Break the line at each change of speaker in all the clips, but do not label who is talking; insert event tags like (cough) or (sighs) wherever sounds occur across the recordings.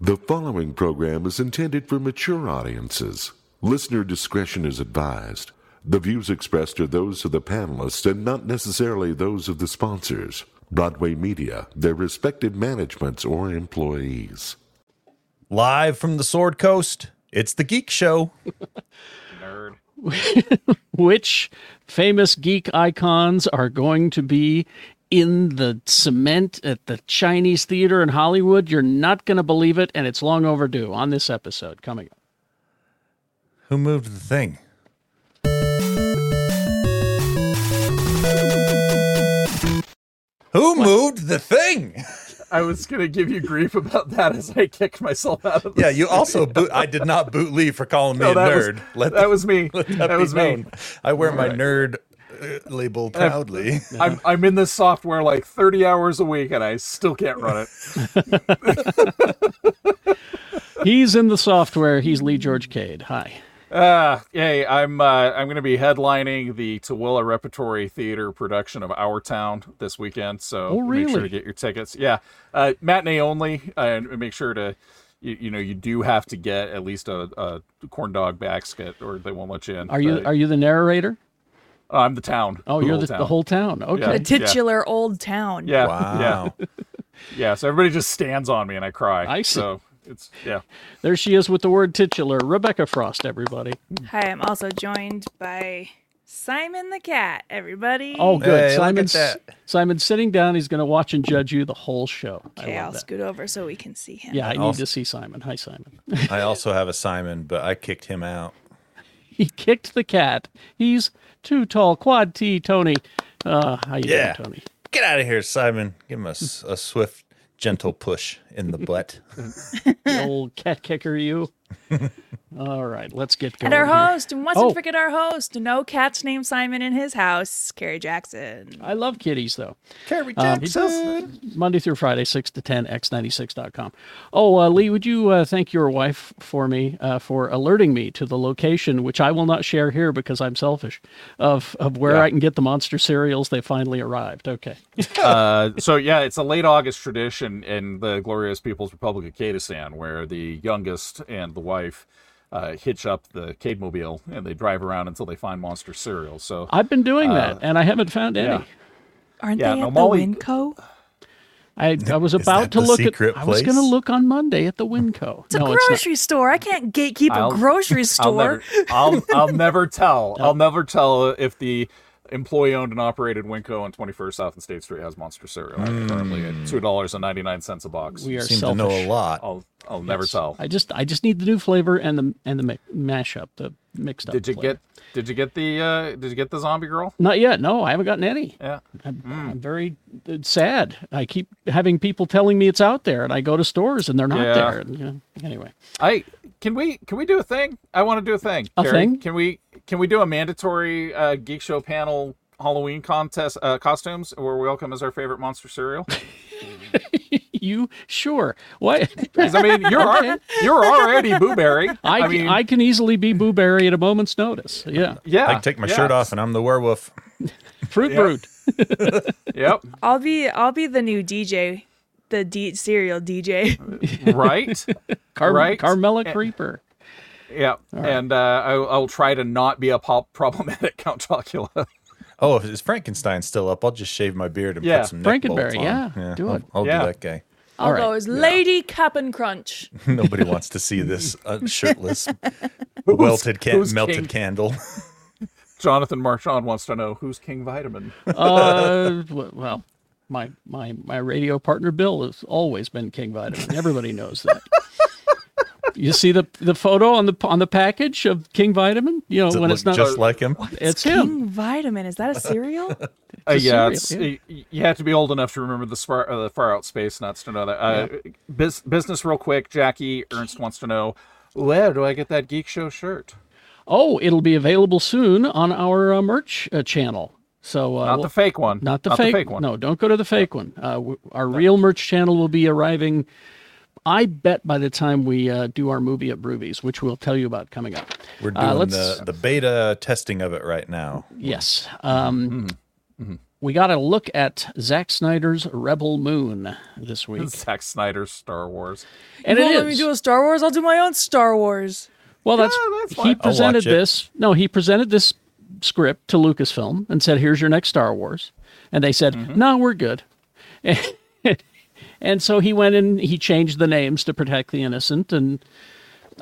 The following program is intended for mature audiences. Listener discretion is advised. The views expressed are those of the panelists and not necessarily those of the sponsors, Broadway Media, their respective managements, or employees.
Live from the Sword Coast, it's the Geek Show.
Nerd.
Which famous geek icons are going to be in the cement at the Chinese Theater in Hollywood? You're not going to believe it, and it's long overdue on this episode coming up.
Who moved the thing? Who moved the thing?
I was gonna give you grief about that as I kicked myself out of.
Yeah,
this.
you also boot. I did not boot Lee for calling me
(laughs) No,
a
that was-
nerd. let
that
(laughs)
was me.
let
That
be
was me.
known. I wear my nerd uh, label proudly.
I'm I'm in this software like 30 hours a week, and I still can't run it.
He's in the software. He's Lee George Cade. Hi.
Uh, yay! I'm uh, I'm gonna be headlining the Tooele Repertory Theater production of Our Town this weekend. So
Oh,
make sure
really?
to get your tickets. Yeah, uh, matinee only, uh, and make sure to. You, you know you do have to get at least a, a corn dog basket or they won't let you in
Are you
But
are you the narrator?
i'm the town
Oh, you're the,
town.
the whole town.
Yeah.
The
Okay.
titular old town.
yeah yeah
Wow.
Yeah, so everybody just stands on me and I cry.
I see. Uh,
So it's yeah.
There she is with the word titular. Rebecca Frost, everybody.
Hi, I'm also joined by Simon the Cat, everybody.
Oh,
Hey,
good.
look at
Simon's
that.
Simon's sitting down. He's going to watch and judge you the whole show.
okay,
I
I'll
love that.
scoot over so we can see him.
Yeah, I need
Also-
to see Simon. Hi, Simon.
I also have a Simon, but I kicked him out.
(laughs) He kicked the cat. He's too tall. Quad T, Tony. Uh, how you
Yeah.
doing, Tony?
Get out of here, Simon. Give him a, s- a swift, gentle push in the butt.
You old cat kicker, you. All right, let's get going.
And our
here.
host, and once
Oh.
and forget our host, no cat's named Simon in his house, Carrie Jackson.
I love kitties, though.
Carrie
Um,
Jackson.
Monday through Friday, 6 to 10, x96.com. Oh, uh, Lee, would you uh, thank your wife for me uh, for alerting me to the location, which I will not share here because I'm selfish, of, of where I can get the monster cereals. They finally arrived. Okay.
Uh, so yeah, it's a late August tradition in the glorious People's Republic of Kadistan, where the youngest and the wife uh, hitch up the Cade mobile and they drive around until they find monster cereal. So
I've been doing that, and I haven't found any.
yeah.
Aren't
Yeah,
they
no,
at
Molly-
the Winco?
I, I was about
that
to
the
look at.
secret
I was going to
place?
look on Monday at the Winco.
It's a
no, it's
grocery store. I can't gatekeep
I'll-
a
(laughs)
grocery
I'll
store.
never, I'll, I'll never tell. I'll never tell if the employee-owned and operated Winco on 21st South and State Street has monster cereal. Currently at two dollars and ninety-nine cents a box.
not. Hmm. We are
Seem to
selfish.
know a lot.
I'll I'll never
Yes.
tell.
I just I just need the new flavor and the and the mi- mashup, the mixed up.
Did you
flavor.
get Did you get the uh, Did you get the zombie girl?
Not yet. No, I haven't gotten any.
Yeah.
I'm, I'm very uh, sad. I keep having people telling me it's out there, and I go to stores and they're not
Yeah.
there. And, you know, anyway,
I can we can we do a thing? I want to do a thing.
A
Carrie.
thing?
Can we can we do a mandatory uh, geek show panel Halloween contest uh, costumes where we all come as our favorite monster cereal?
you sure? Why?
'Cause,
(laughs)
I mean, you're al-
Okay.
you're already Booberry.
(laughs) I,
mean,
I can easily be Boo Berry at a moment's notice. Yeah,
yeah.
I can take my
yeah.
shirt off and I'm the werewolf.
fruit brute.
Yep.
I'll be I'll be the new DJ, the D- serial DJ.
(laughs)
Right.
Car-
Right.
Carmela
Eh.
Creeper.
yeah. And uh, I I will try to not be a pop- problematic (laughs) Count Chocula.
Oh, if it's Frankenstein still up, I'll just shave my beard and
Yeah.
put some neck bolts
Frankenberry,
on.
yeah, do
I'll,
it.
I'll
Yeah.
do that guy. (laughs)
I'll
right.
go as Lady Cup and Crunch.
Nobody wants to see this uh, shirtless, welted, can-
who's
melted
king?
candle. (laughs)
Jonathan Marchand wants to know who's King Vitamin.
Uh, (laughs) w- well, my my my radio partner Bill has always been King Vitamin. Everybody knows that. You see the the photo on the on the package of King Vitamin. You know
Does it
Oh, when
look
it's not
just like him?
it's him.
King Vitamin. Is
(laughs)
that a cereal?
Uh,
It's a
yeah,
cereal,
it's, y- you have to be old enough to remember the, spar, uh, the far out space nuts to know that. Uh, bus, business, real quick. Jackie Ernst wants to know where do I get that Geek Show shirt?
Oh, it'll be available soon on our uh, merch uh, channel. So uh,
Not
we'll-
the fake one.
not the fake,
one.
No, don't go to the fake one. Uh, w- our real merch channel will be arriving. I bet by the time we uh, do our movie at Broovies, which we'll tell you about coming up.
We're
Uh,
doing
let's-
the, the beta testing of it right now.
Yes. Um, we got to look at Zack Snyder's Rebel Moon this
(laughs)
week,
Zack Snyder's Star Wars.
and
you
it
won't let me
is
do a Star Wars. I'll do my own Star Wars.
well. That's,
Yeah, that's fine.
he
I'll watch
presented
it.
this. No, he presented this script to Lucasfilm and said, "Here's your next Star Wars," and they said, "No, we're good." (laughs) and so he went and he changed the names to protect the innocent. And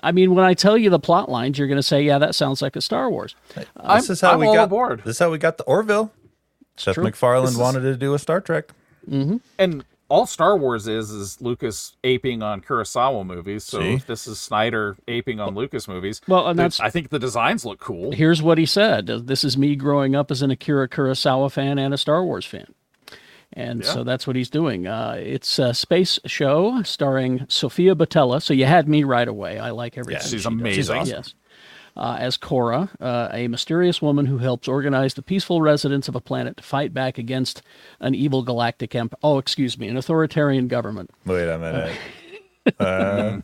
I mean, when I tell you the plot lines, you're going to say, "Yeah, that sounds like a Star Wars."
this is how
I'm
we
all
got
aboard.
This is how we got the Orville. Seth MacFarlane wanted to do a Star Trek.
And all Star Wars is is Lucas aping on Kurosawa movies. So
See?
if this is Snyder aping on Lucas movies.
Well, and
the-
that's-
I think the designs
(laughs)
look cool.
here's what he said this is me growing up as an akira kurosawa fan and a star wars fan and so that's what he's doing uh, it's a space show starring sophia Botella. so you had me right away i like everything
She's
she does.
amazing.
She's awesome.
Yes. Uh, as Cora, uh, a mysterious woman who helps organize the peaceful residents of a planet to fight back against an evil galactic emp Oh, excuse me, an authoritarian government.
Wait a minute.
A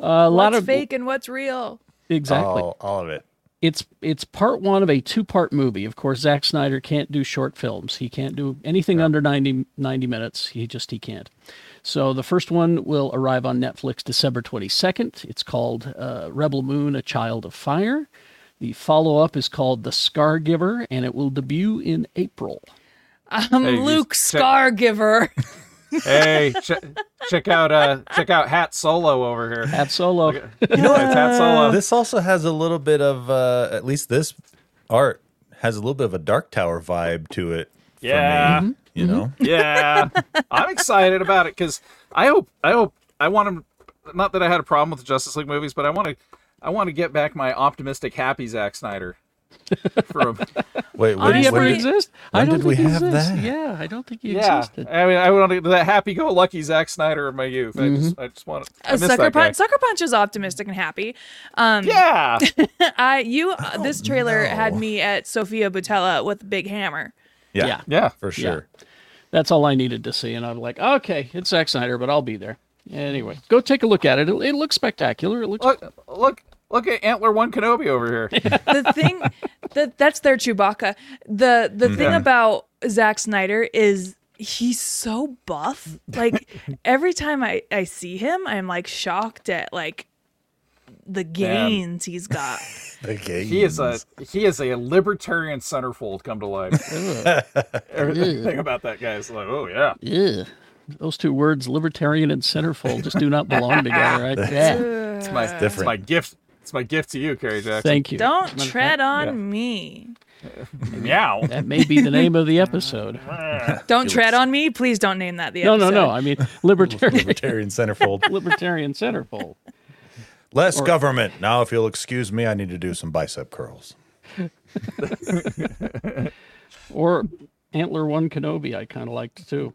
lot
what's
of
fake and what's real?
exactly.
All, all of it.
it's it's part one of a two part movie. Of course, Zack Snyder can't do short films. He can't do anything under 90, 90 minutes. He just he can't. So the first one will arrive on Netflix December twenty second. It's called uh, Rebel Moon: A Child of Fire. The follow up is called The Scar Giver, and it will debut in April.
I'm
Hey, you
Luke
check-
Scargiver.
hey, che- check out uh, check out Hat Solo over here.
At Solo.
You know it's Hat Solo.
This also has a little bit of, uh, at least this art has a little bit of a Dark Tower vibe to it. for me,
Yeah.
You know?
Mm-hmm.
yeah i'm excited about it because i hope i hope i want to not that i had a problem with the justice league movies but i want to i want to get back my optimistic happy Zack snider from
Wait,
Did
what,
he
what,
ever
Honestly,
did,
exist? I
when
don't
did we
think he
have
exists.
that?
Yeah, I don't think he
yeah
existed.
i mean i want to that happy-go-lucky Zack snider of my youth i just i just want to
(laughs) Uh, Sucker Punch. Sucker Punch is optimistic and happy. Um, (laughs)
yeah
I you uh,
Oh,
this trailer had
know.
me at Sophia Butella with a big hammer.
yeah,
Yeah.
yeah
for sure.
That's all I needed to see. And I'm like, okay, it's Zack Snyder, but I'll be there. Anyway, go take a look at it. It, it looks spectacular. It
Oh.
looks
look look look at antler one kenobi over here
The thing (laughs) that that's their Chewbacca. The the
Mm-hmm.
thing about Zack Snyder is he's so buff.
(laughs)
Like every time I I see him, I'm like shocked at like the gains he's got.
Okay.
he is a he is a libertarian centerfold come to life (laughs) everything about that guy is like oh yeah
Ugh. Those two words, libertarian and centerfold, just do not belong together.
(laughs)
Right? Yeah.
it's my it's
different.
my gift it's my gift to you carrie jackson
Thank you.
Don't tread on me.
Meow.
That may be the name of the
(laughs)
episode.
Don't tread on me. Please don't name that the
No, no,
episode.
no. I
(laughs)
mean, libertarian, (laughs)
libertarian centerfold.
libertarian centerfold.
Less government. Now, if you'll excuse me, I need to do some bicep curls.
Or Antler One Kenobi, I kind of liked too.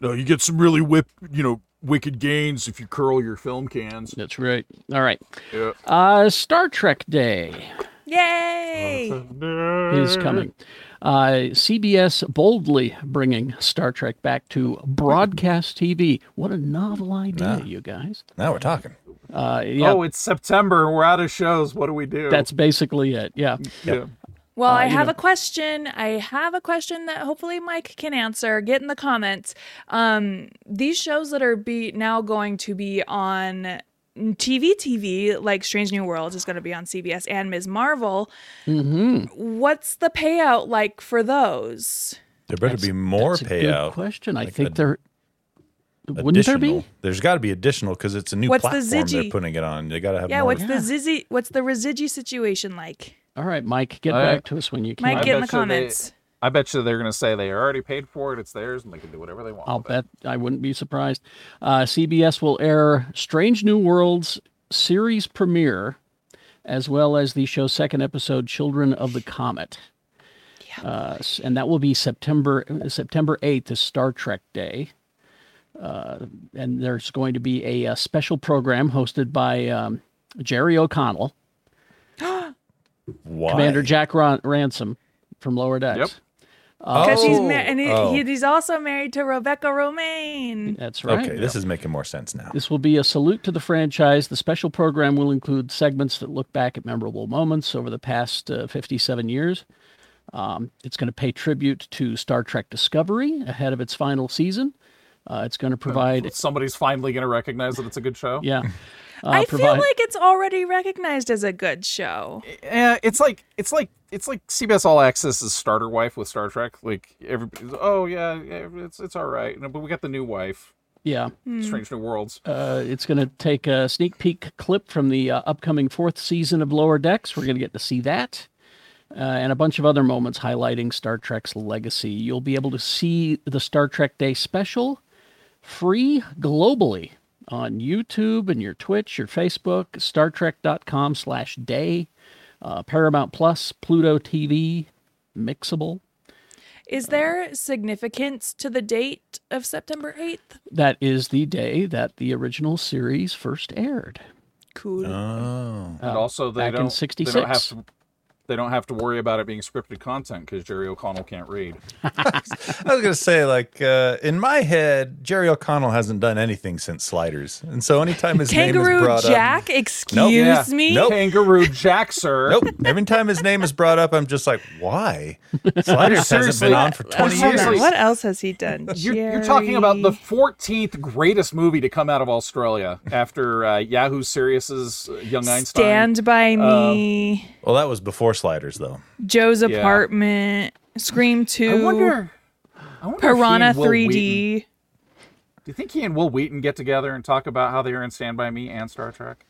No, you get some really whip, you know, wicked gains if you curl your film cans.
That's right. All right.
Yeah.
Uh, Star Trek Day.
Yay!
Mm-hmm.
is coming. Uh, CBS boldly bringing Star Trek back to broadcast TV. What a novel idea, you guys!
Now we're talking.
Uh, yeah,
Oh, it's September. We're out of shows. What do we do?
that's basically it. Yeah,
yeah.
Well, I have a question. I have a question that hopefully Mike can answer. Get in the comments. Um, these shows that are be now going to be on TV, TV like Strange New Worlds is going to be on CBS and Ms. Marvel.
Mm-hmm.
What's the payout like for those?
There better be more
that's a good
payout.
question. I think there wouldn't there be?
Additional. There's got to be additional because it's a new
What's the
platform they're
Ziggy?
putting it on. They got to have
Yeah,
more.
what's the Zizzy? What's the Rizigi situation like?
All right, Mike, get
All right.
back to us when you can.
Mike, get in the
bet you they-
comments.
I bet you they're going to say they already paid for it. It's theirs and they can do whatever they want.
I'll
with it.
bet I wouldn't be surprised. Uh, CBS will air Strange New Worlds series premiere, as well as the show's second episode, Children of the Comet. Uh, s- and that will be September September eighth is Star Trek Day, uh, and there's going to be a, uh special program hosted by um, Jerry O'Connell,
Why?
Commander Jack Ran- Ransom from Lower Decks.
Yep.
Because he's
Oh.
mar- and he,
Oh.
he- he's also married to Rebecca Romaine.
That's right.
Okay, this is making more sense now.
This will be a salute to the franchise. The special program will include segments that look back at memorable moments over the past uh, 57 years. Um, it's going to pay tribute to Star Trek Discovery ahead of its final season. Uh, it's going to provide,
Somebody's finally going to recognize that it's a good show.
(laughs)
yeah, uh,
I feel
provide
like it's already recognized as a good show.
Eh, it's like it's like it's like CBS All Access is starter wife with Star Trek. Like everybody's, oh yeah, yeah, it's it's all right. No, but we got the new wife,
yeah.
Strange New Worlds.
Uh, it's going to take a sneak peek clip from the uh, upcoming fourth season of Lower Decks. We're going to get to see that. Uh, and a bunch of other moments highlighting Star Trek's legacy. You'll be able to see the Star Trek Day special free globally on YouTube and your Twitch, your Facebook, StarTrek.com slash day, uh, Paramount Plus, Pluto TV, Mixable.
Is there significance to the date of September 8th?
That is the day that the original series first aired.
Cool.
Oh.
and also they
back in
don't they don't have
66.
to they don't have to worry about it being scripted content because Jerry O'Connell can't read.
I was gonna say, like, uh, in my head, Jerry O'Connell hasn't done anything since Sliders, and so anytime his name is
Kangaroo
brought
Jack,
up,
excuse
Nope.
Yeah.
me.
Nope.
Kangaroo Jack,
(laughs)
sir.
nope. Every time his name is brought up, I'm just like, why? Sliders hasn't
Seriously.
been on for 20
Hold on,
Seriously.
years.
What else has he done?
You're, you're talking about the
Jerry.
14th greatest movie to come out of Australia after uh, Yahoo Sirius's Young Einstein.
Stand by Me,
Well, that was before Sliders, though.
Joe's
yeah.
apartment, Scream Two,
I wonder. I wonder if he and
Piranha
Will
3D.
Wheaton- do you think he and Will Wheaton get together and talk about how they are in Stand by Me and Star Trek?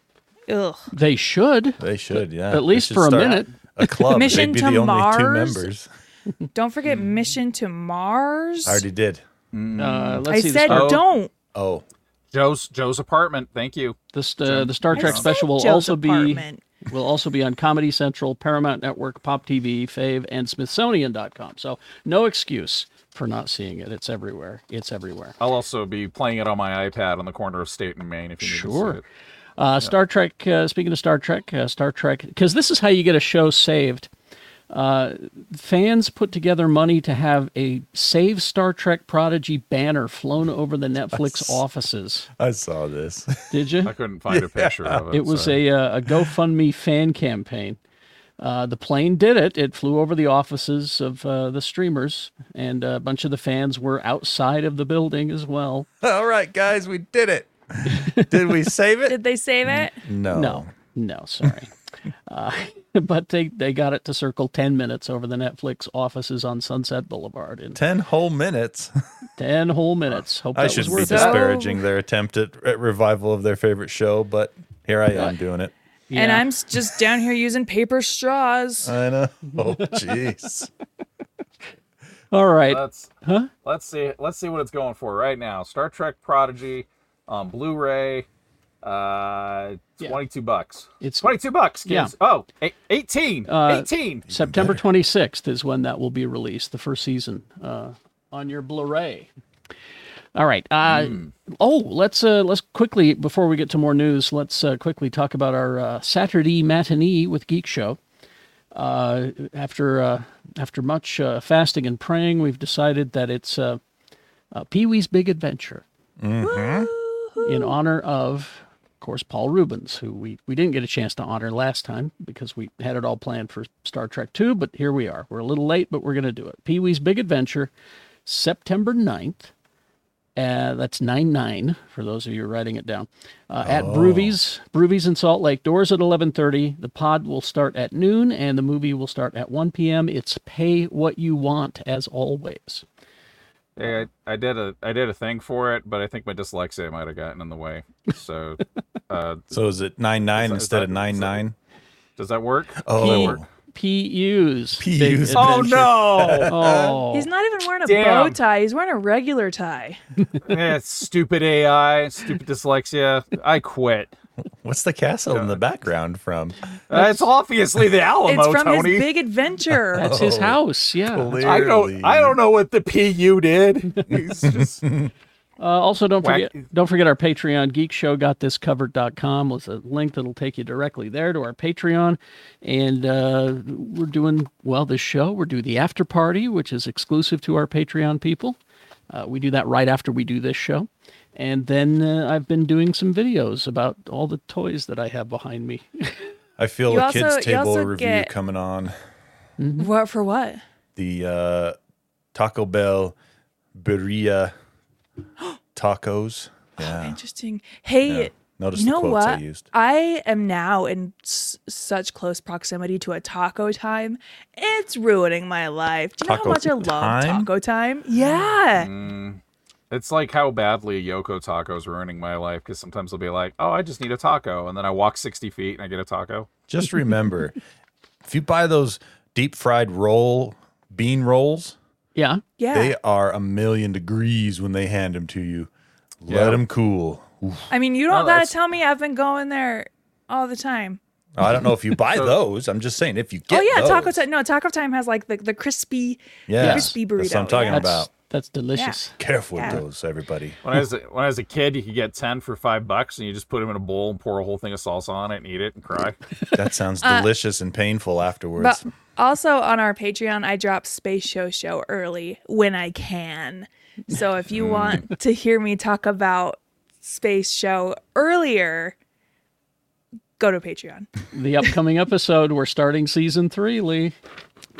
Ugh.
They should. uh,
They should, yeah.
At
They
least
should
for a
start
minute.
A club.
Mission
They'd be
to
the only two
Mars?
members.
Don't forget Mission to Mars.
I already did.
Uh, let's
I
see.
said
the Star,
Oh.
don't.
Oh,
Joe's Joe's apartment. Thank you.
the, st- uh, the Star Trek
said
special will
Joe's
also
apartment.
be will also be on Comedy Central, Paramount Network, Pop TV, Fave, and Smithsonian.com. So no excuse for not seeing it. It's everywhere. It's everywhere.
I'll also be playing it on my iPad on the corner of State and Maine if you need to see
Sure.
it.
Uh, Star Trek. Uh, speaking of Star Trek, uh, Star Trek, because this is how you get a show saved. Uh, fans put together money to have a Save Star Trek Prodigy banner flown over the Netflix offices.
I saw this. (laughs)
Did you?
I couldn't (laughs) find a picture of it.
It was a, uh, a GoFundMe fan campaign. Uh, the plane did it. It flew over the offices of uh, the streamers, and a bunch of the fans were outside of the building as well.
All right, guys, we did it. Did we save it?
Did they save
Mm.
it?
No.
No, no, sorry. (laughs) uh, but they, they got it to circle 10 minutes over the Netflix offices on Sunset Boulevard in
10 whole minutes.
10 whole minutes. Hope
I
that was
shouldn't be
worth
it.
disparaging their attempt at, at revival of their favorite show, but here I am doing it.
it.
And
Yeah.
I'm s- just down here using paper straws.
I
(laughs)
know. Oh, jeez.
All right.
Let's let's see let's see what it's going for right now. Star Trek Prodigy on Blu-ray, uh,
Yeah.
twenty-two bucks.
It's-
twenty-two bucks.
Yeah.
Kids. Oh, eight- eighteen.
Uh,
eighteen.
September 26th is when that will be released, the first season uh, on your Blu-ray. All right. Uh, Oh, let's uh, let's quickly before we get to more news, let's uh, quickly talk about our uh, Saturday matinee with Geek Show. Uh, after uh, after much uh, fasting and praying, we've decided that it's uh, uh, Pee Wee's Big Adventure in honor of, of course, Paul Rubens, who we, we didn't get a chance to honor last time because we had it all planned for Star Trek 2, but here we are. We're a little late, but we're going to do it. Pee Wee's Big Adventure, September 9th. Uh, that's 9 9 for those of you writing it down. Uh, At Broovies, Broovies in Salt Lake. Doors at 11.30. The pod will start at noon, and the movie will start at 1 p.m. It's pay what you want, as always.
Hey, I, I did a I did a thing for it, but I think my dyslexia might have gotten in the way. So, (laughs) uh,
So is it 9 9
that-
instead of
is that-
9 9?
does that work?
Oh,
PU's. Big
PU's.
Oh
Adventure.
no!
(laughs) Oh.
He's not even wearing a
Damn.
bow tie. He's wearing a regular tie.
Eh, stupid AI, stupid dyslexia. I quit.
what's the castle in the background from?
Uh, it's obviously the Alamo,
it's from
Tony.
his big
(laughs)
adventure.
That's
Oh,
his house, yeah.
I don't I don't know what the PU did. (laughs) It's just
Uh, also, don't
Whack-
forget don't forget our Patreon. GeekShowGotThisCovered.com was a link that'll take you directly there to our Patreon, and uh, we're doing well this show. We're doing the after party, which is exclusive to our Patreon people. Uh, we do that right after we do this show, and then uh, I've been doing some videos about all the toys that I have behind me.
I feel
You
a
also-
kids
you
table
also
review
get-
coming on.
(laughs) What for what?
The uh, Taco Bell birria
(gasps)
tacos. Yeah.
Interesting. Hey,
Yeah. Notice
you
the
know
quotes
what?
I used.
am now in s- such close proximity to a taco time. It's ruining my life. Do you know
Taco
how much I love
time? Mm.
taco time? Yeah.
It's like how badly Yoko Taco's ruining my life because sometimes I'll be like, oh, I just need a taco. And then I walk 60 feet and I get a taco.
Just remember, if you buy those deep fried roll bean rolls,
Yeah.
Yeah.
they are a million degrees when they hand them to you. Let 'em Let
Yeah.
them cool.
I mean, you don't
Oh,
gotta
that's-
tell me I've been going there all the time.
I don't know if
(laughs)
you buy those. I'm just saying if you get
oh yeah, taco
those-
time. No, taco time has like the, the crispy
Yeah,
crispy burrito.
That's what I'm talking
yeah.
That's
about.
that's delicious.
Careful with those, everybody.
(laughs)
When I, was a, when I was a kid, you could get 10 for five bucks and you just put them in a bowl and pour a whole thing of salsa on it and eat it and cry.
That sounds delicious and painful afterwards.
Uh, But also on our Patreon, I drop Space Show Show early when I can. So if
Mm.
you want to hear me talk about Space Show earlier, go to Patreon.
The upcoming episode, we're starting season three, Lee.
(laughs)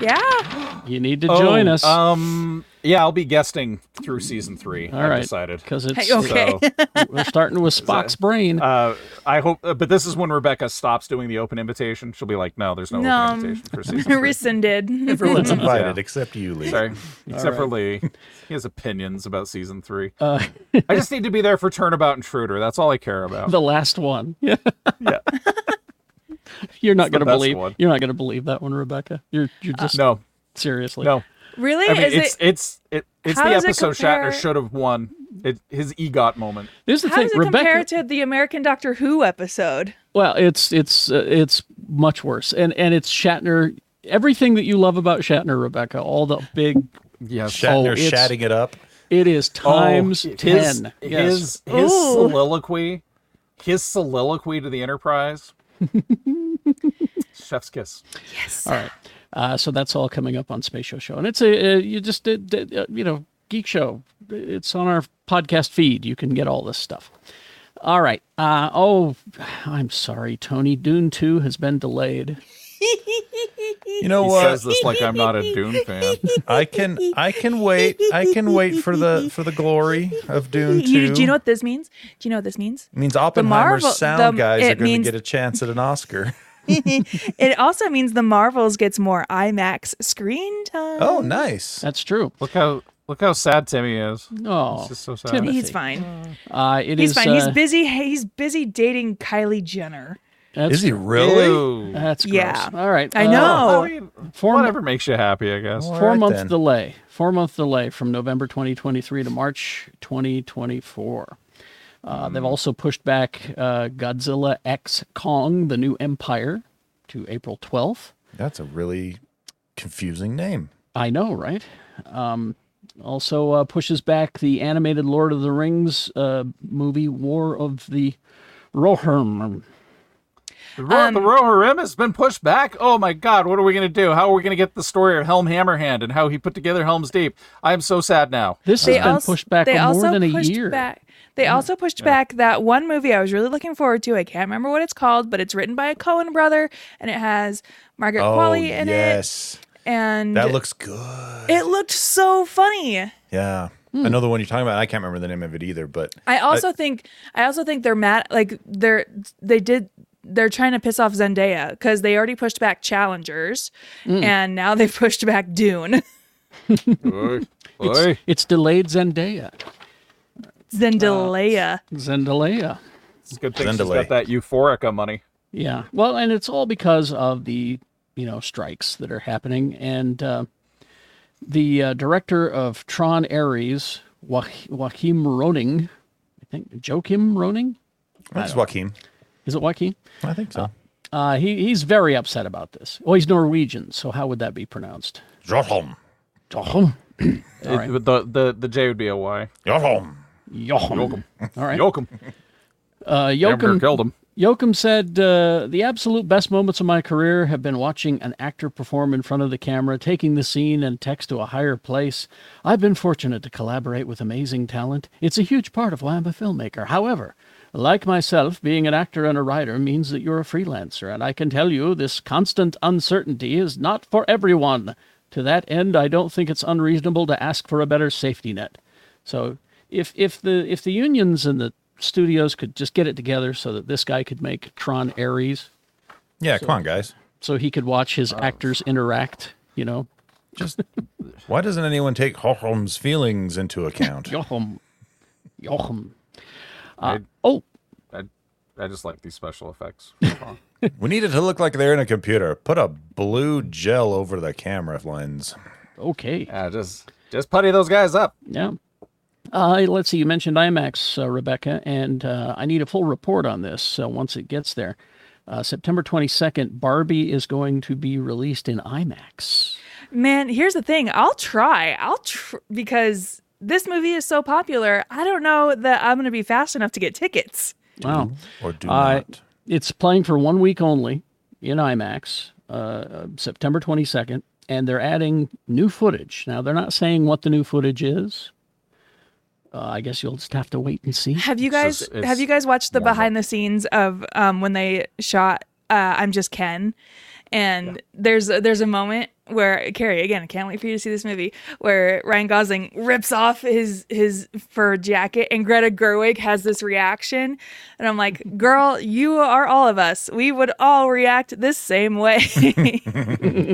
Yeah.
You need to join
(laughs) Oh,
us.
Um, yeah, I'll be guesting through season three.
All
I've
right.
decided.
Because it's
Hey, oh, okay.
So,
we're starting with Spock's brain.
uh, I hope, uh, but this is when Rebecca stops doing the open invitation. She'll be like, "No, there's no,
No.
open invitation for season three.
(laughs) Rescinded.
Everyone's
Mm-hmm.
invited except you, Lee.
(laughs) Sorry, except for Lee. He has opinions about season three. I just need to be there for Turnabout Intruder. That's all I care about.
the last one. (laughs) Yeah.
(laughs) Yeah.
You're not
It's the
gonna
best
believe
one.
you're not gonna believe that one, Rebecca. You're you're just
no,
seriously.
no.
(laughs) really?
I mean,
is
it's
it
it's it, it's
How
the
does it
episode
compare-
Shatner should have won. It, his egot moment.
Here's the
how
thing,
does it compare
Rebecca.
to the American Doctor Who episode?
Well, it's it's uh, it's much worse, and and it's Shatner. Everything that you love about Shatner, Rebecca, all the big,
Yes. Oh,
Oh,
Shatner
it's-
shatting it up.
it is times
his,
ten. Yes.
His his
Ooh.
soliloquy, his soliloquy to the Enterprise. Chef's kiss.
all right. Uh, so that's all coming up on Space Show Show, and it's a uh, you just did did, uh, you know Geek Show. It's on our podcast feed. You can get all this stuff. All right. Uh, oh, I'm sorry, Tony. Dune Two has been delayed.
You know
He
what?
says this like I'm not a Dune fan.
I can I can wait. I can wait for the for the glory of Dune 2.
You, do you know what this means? Do you know what this means?
it means Oppenheimer's
Marvel-
sound
the-
guys are
it
going
means-
to get a chance at an
(laughs)
Oscar.
It also means the Marvels gets more IMAX screen time.
Oh, nice.
That's true.
Look how look how sad Timmy is.
Oh,
It's just so sad.
Timothy.
he's fine.
Uh, it
He's
is,
fine. he's
uh,
busy. He's busy dating Kylie Jenner.
that's-
Is he really?
Ew.
That's gross.
Yeah.
All right. uh,
I
I know.
mean,
Four
whatever makes you happy, I guess.
All
Four
right,
month
then.
delay. Four month delay from November 2023 to March 2024. Uh,
Hmm.
They've also pushed back uh, Godzilla X Kong: The New Empire to April 12th.
That's a really confusing name.
I know, right? Um, also uh, pushes back the animated Lord of the Rings uh, movie War of the Rohirrim.
The, Ro- the Rohirrim has been pushed back. Oh my God! What are we gonna do? How are we gonna get the story of Helm Hammerhand and how he put together Helm's Deep? I am so sad now.
This has been pushed back
they
more
also
than a
pushed
year.
Back, they also pushed back that one movie I was really looking forward to. I can't remember what it's called, but it's written by a Cohen brother and it has Margaret
Oh,
Qualley in it.
yes.
And
That looks good.
it looked so funny.
Yeah.
Hmm.
Another one you're talking about. I can't remember the name of it either, but
I also think I also think they're mad like they're they did they're trying to piss off Zendaya because they already pushed back Challengers and now they've (laughs) pushed back Dune. (laughs)
(laughs) Oy. Oy.
It's, it's delayed Zendaya.
Zendaya.
Zendaya.
It's a good thing she's
Zendelay.
got that euphorica money.
Yeah. Well, and it's all because of the, you know, strikes that are happening. And uh, the uh, director of Tron Ares, Joach- Joachim Roning, I think, Joachim Roning?
it's Joaquin.
Is it Joachim?
I think so.
Uh, he, he's very upset about this. Well, he's Norwegian, so how would that be pronounced?
Jotham.
Jochum.
It- but the, the the J would be a Y.
Jotham.
Jochum. All right.
Yoakum.
Uh,
Hamburger
Joachim,
killed him.
Yoakum said, uh, The absolute best moments of my career have been watching an actor perform in front of the camera, taking the scene and text to a higher place. I've been fortunate to collaborate with amazing talent. It's a huge part of why I'm a filmmaker. However, Like myself, being an actor and a writer means that you're a freelancer, and I can tell you this constant uncertainty is not for everyone. To that end, I don't think it's unreasonable to ask for a better safety net. So if if the if the unions and the studios could just get it together so that this guy could make Tron Ares,
Yeah, come on, guys.
so he could watch his actors interact, you know.
Just why doesn't anyone take Hochholm's feelings into
(laughs)
account?
Jochum. Jochum. Uh,
Right.
oh,
I, I just like these special effects.
we need it to look like they're in a computer. Put a blue gel over the camera lens.
okay.
(laughs) yeah, just just putty those guys up.
Yeah. Uh, let's see. You mentioned IMAX, uh, Rebecca, and uh, I need a full report on this uh, once it gets there. Uh, September 22nd, Barbie is going to be released in IMAX.
Man, here's the thing. I'll try. I'll tr- because this movie is so popular. I don't know that I'm going to be fast enough to get tickets.
Wow.
Or do
Uh,
not.
It's playing for one week only in IMAX, uh, uh, September 22nd, and they're adding new footage. Now, they're not saying what the new footage is. Uh, I guess you'll just have to wait and see.
Have you
It's
guys
just- it's
have you guys watched the
normal.
behind the scenes of um, when they shot uh, I'm Just Ken? And there's there's a moment where Carrie again, I can't wait for you to see this movie where Ryan Gosling rips off his his fur jacket and Greta Gerwig has this reaction, and I'm like,
(laughs)
girl, you are all of us. We would all react this same
(laughs)
way.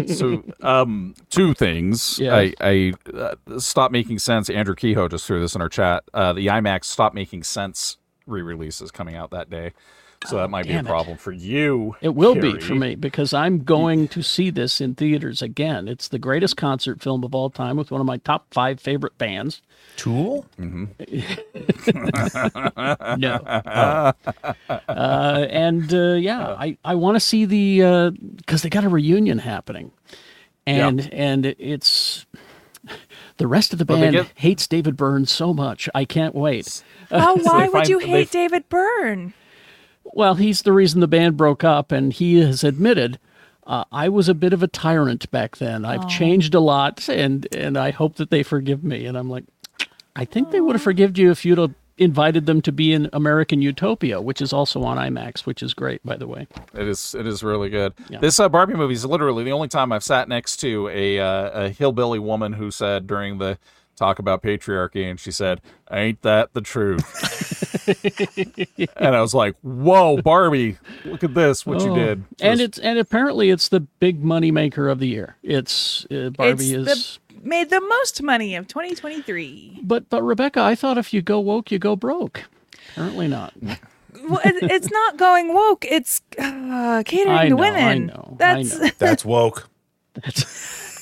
so um two things
Yeah.
i i uh, stop making sense andrew kehoe just threw this in our chat uh the imax stop making sense re-release is coming out that day so that might be a
Oh, damn it.
problem for you
It will
Carrie.
be for me because I'm going to see this in theaters again. It's the greatest concert film of all time with one of my top five favorite bands.
(laughs)
Tool?
No. (laughs)
Oh.
uh, and uh, yeah, I, I want to see the because they got a reunion happening, and and it's the rest of the
they
band
get-
hates David Byrne so much. I can't wait.
oh, why would
find-
you
they-
hate David Byrne?
Well, he's the reason the band broke up, and he has admitted, uh, I was a bit of a tyrant back then. I've changed a lot, and and I hope that they forgive me. And I'm like, I think they would have forgived you if you'd have invited them to be in American Utopia, which is also on IMAX, which is great, by the way.
it is it is really good this uh, barbie movie is literally the only time i've sat next to a uh, a hillbilly woman who said during the talk about patriarchy and she said ain't that the
(laughs)
truth and i was like whoa barbie look at this what you
Oh.
did
and it's and apparently it's the big money maker of the year. It's uh, Barbie
it's
is.
the, made the most money of 2023.
But but Rebecca, I thought if you go woke, you go broke. Apparently not.
well, it, it's not going woke. It's uh, catering
I
to
know, I
women.
know, I
That's (laughs)
know.
That's woke.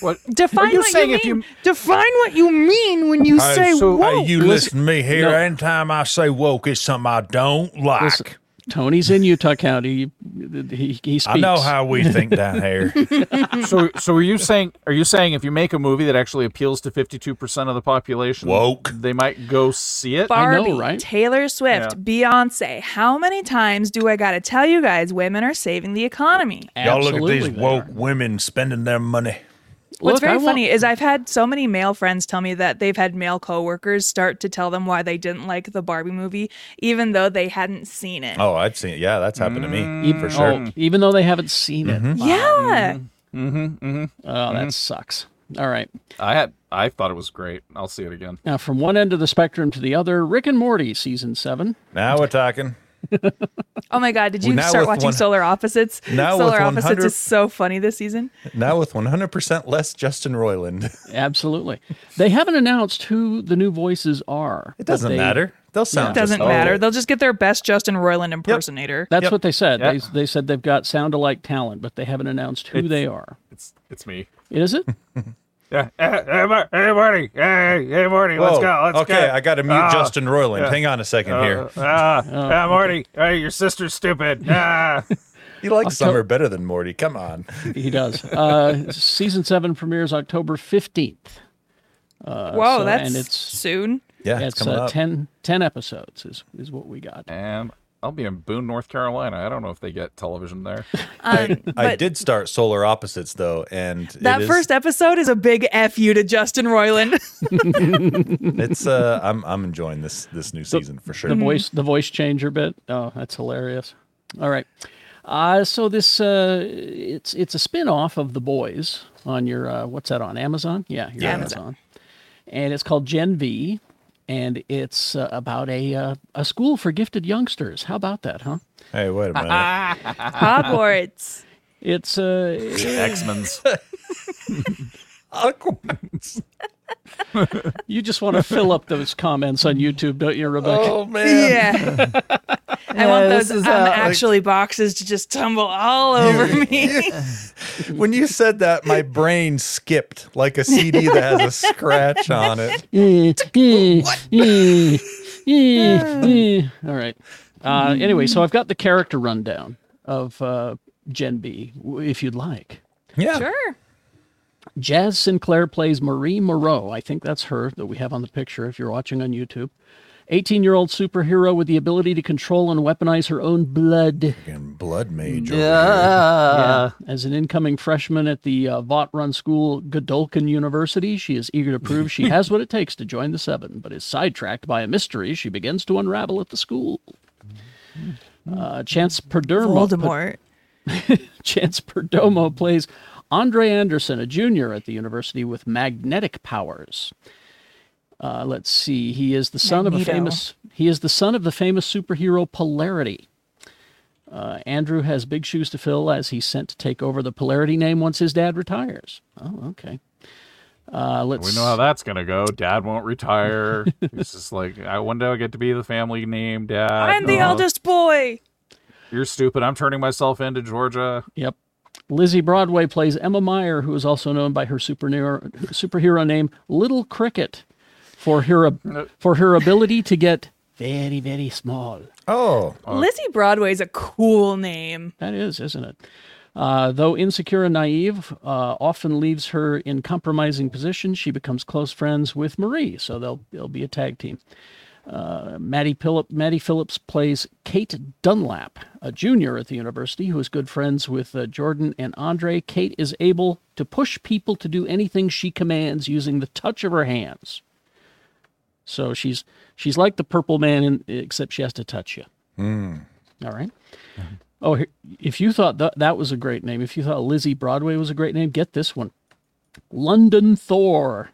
what
define
you
what
saying
you
if you-
mean. Define what you mean when you say
so-
woke.
Hey,
you listen to me here.
No.
Anytime I say woke, it's something I don't like.
Listen, Tony's in Utah County. He, he speaks.
I know how we think down
(laughs)
here.
so so are you saying are you saying if you make a movie that actually appeals to 52% of the population
Woke.
they might go see it
I know,
Barbie,
right?
Taylor Swift, Beyonce. How many times do I got to tell you guys women are saving the economy?
Y'all look at these
Absolutely they
woke
are.
women spending their money.
Look,
What's
I
very
want-
funny is I've had so many male friends tell me that they've had male coworkers start to tell them why they didn't like the Barbie movie, even though they hadn't seen it.
Oh, I've seen. Yeah, that's happened to me E for sure. Mm-hmm.
Oh, even though they haven't seen it.
Yeah.
Oh, that sucks. All right.
i had i thought it was great i'll see it again
Now, from one end of the spectrum to the other, Rick and Morty season seven.
Now we're talking.
Oh my God! Did you
Now
start
with
watching
one-
Solar Opposites?
now with
Solar Opposites
100
is so funny this season.
Now with 100% less Justin Roiland.
Absolutely. They haven't announced who the new voices are.
It
but
(laughs) doesn't
they-
matter. They'll sound just
Doesn't
like
matter.
it.
They'll just get their best Justin Roiland impersonator.
That's
Yep.
what they said.
Yeah.
They, they said they've got sound alike talent, but they haven't announced who they are.
it's it's me
Is
(laughs)
it?
yeah. (laughs) hey, hey, Mar- hey marty hey hey marty let's
Whoa.
go let's
Oh, okay,
go
I got to mute Justin Roiland. Hang on a second here.
ah,
Oh.
ah, marty hey your sister's
(laughs)
stupid ah.
You like Summer better than Morty. Come on.
He does. Uh, season seven premieres October 15th.
Whoa,
so-
that's
and it's-
soon.
Yeah, it's
That's
coming
uh,
up.
10, 10 episodes is, is what we got.
and I'll be in Boone, North Carolina. I don't know if they get television there.
Um,
I
but
did start Solar Opposites though, and it
that
is-
first episode is a big F you to Justin Roiland.
it's uh, I'm I'm enjoying this this new season for sure.
the voice the voice changer bit. Oh, that's hilarious. All right. Uh, so this uh, it's it's a spin-off of The Boys on your uh, what's that on Amazon? Yeah, your Amazon. And it's called Gen V and it's uh, about a uh, a school for gifted youngsters. How about that, huh?
Hey, wait a minute.
Hogwarts.
It's uh,
(laughs)
X Men's.
you just want to fill up those comments on YouTube, don't you,
Oh,
Rebecca?
man.
Yeah. I want
this
those
is,
um,
uh, like-
actually boxes to just tumble all over me.
When you said that, my brain skipped like a CD that has a scratch on (laughs) it.
All right. Uh, anyway, so I've got the character rundown of uh, Gen B, w- if you'd like.
Yeah.
sure.
Jazz Sinclair plays Marie Moreau. I think that's her that we have on the picture if you're watching on YouTube. 18 year old superhero with the ability to control and weaponize her own blood.
Fucking blood mage. over
Yeah. As an incoming freshman at the uh, Vought Run School, Godolkin University, she is eager to prove she has what it takes to join the Seven, but is sidetracked by a mystery she begins to unravel at the school. Uh, Chance Perdermo,
Voldemort.
(laughs) Chance Perdomo plays Andre Anderson, a junior at the university with magnetic powers. Uh, let's see. He is the son of a
Magneto.
famous. He is the son of the famous superhero Polarity. Uh, Andrew has big shoes to fill as he's sent to take over the Polarity name once his dad retires. Oh, okay. Uh, let's.
We know (laughs) how that's gonna go. Dad won't retire. It's just like I one day I get to be the family name, Dad.
I'm the
Oh,
eldest boy.
You're stupid. I'm turning myself into Georgia.
Yep. Lizzie Broadway plays Emma Meyer, who is also known by her superhero, superhero name Little Cricket, for her for her ability to get very very small.
Oh,
Lizzie Broadway's a cool name.
That is, isn't it? Uh, though insecure and naive, uh, often leaves her in compromising positions. She becomes close friends with Marie, so they'll they'll be a tag team. Uh, Maddie, Phillip, Maddie Phillips plays Kate Dunlap, a junior at the university who is good friends with uh, Jordan and Andre. Kate is able to push people to do anything she commands using the touch of her hands. So she's she's like the purple man, in, except she has to touch you. All right. Oh, here- if you thought that that was a great name, if you thought Lizzie Broadway was a great name, get this one, London Thor.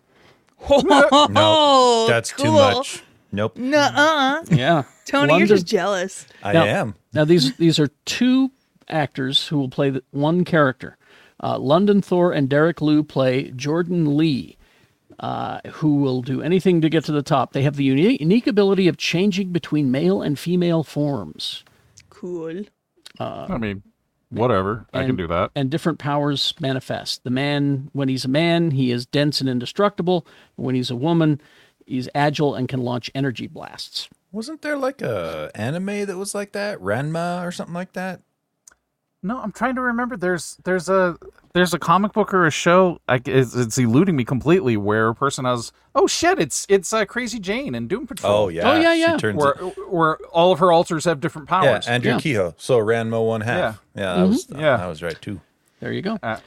no. That's too
cool.
much. Nope.
Nuh-uh.
Yeah,
(laughs) Tony,
London,
you're just jealous.
I
Now-
am.
(laughs) Now these these are two actors who will play the, one character. Uh, London Thor and Derek Liu play Jordan Lee, uh, who will do anything to get to the top. They have the unique, unique ability of changing between male and female forms.
Cool.
Uh,
I mean, whatever. I can
and-
do that.
and different powers manifest. The man, when he's a man, he is dense and indestructible. When he's a woman, he's agile and can launch energy blasts.
Wasn't there like a anime that was like that, Ranma or something like that?
No, I'm trying to remember. There's there's a there's a comic book or a show. I, it's, it's eluding me completely. Where a person has oh shit, it's it's uh, Crazy Jane and Doom Patrol.
Oh yeah.
yeah, yeah.
She turns
where
it-
where all of her alters have different
Yeah,
powers.
Andrew
Yeah.
Kehoe. So Ranma one half. Yeah, that was
Yeah.
I was right too.
There you go.
Ah.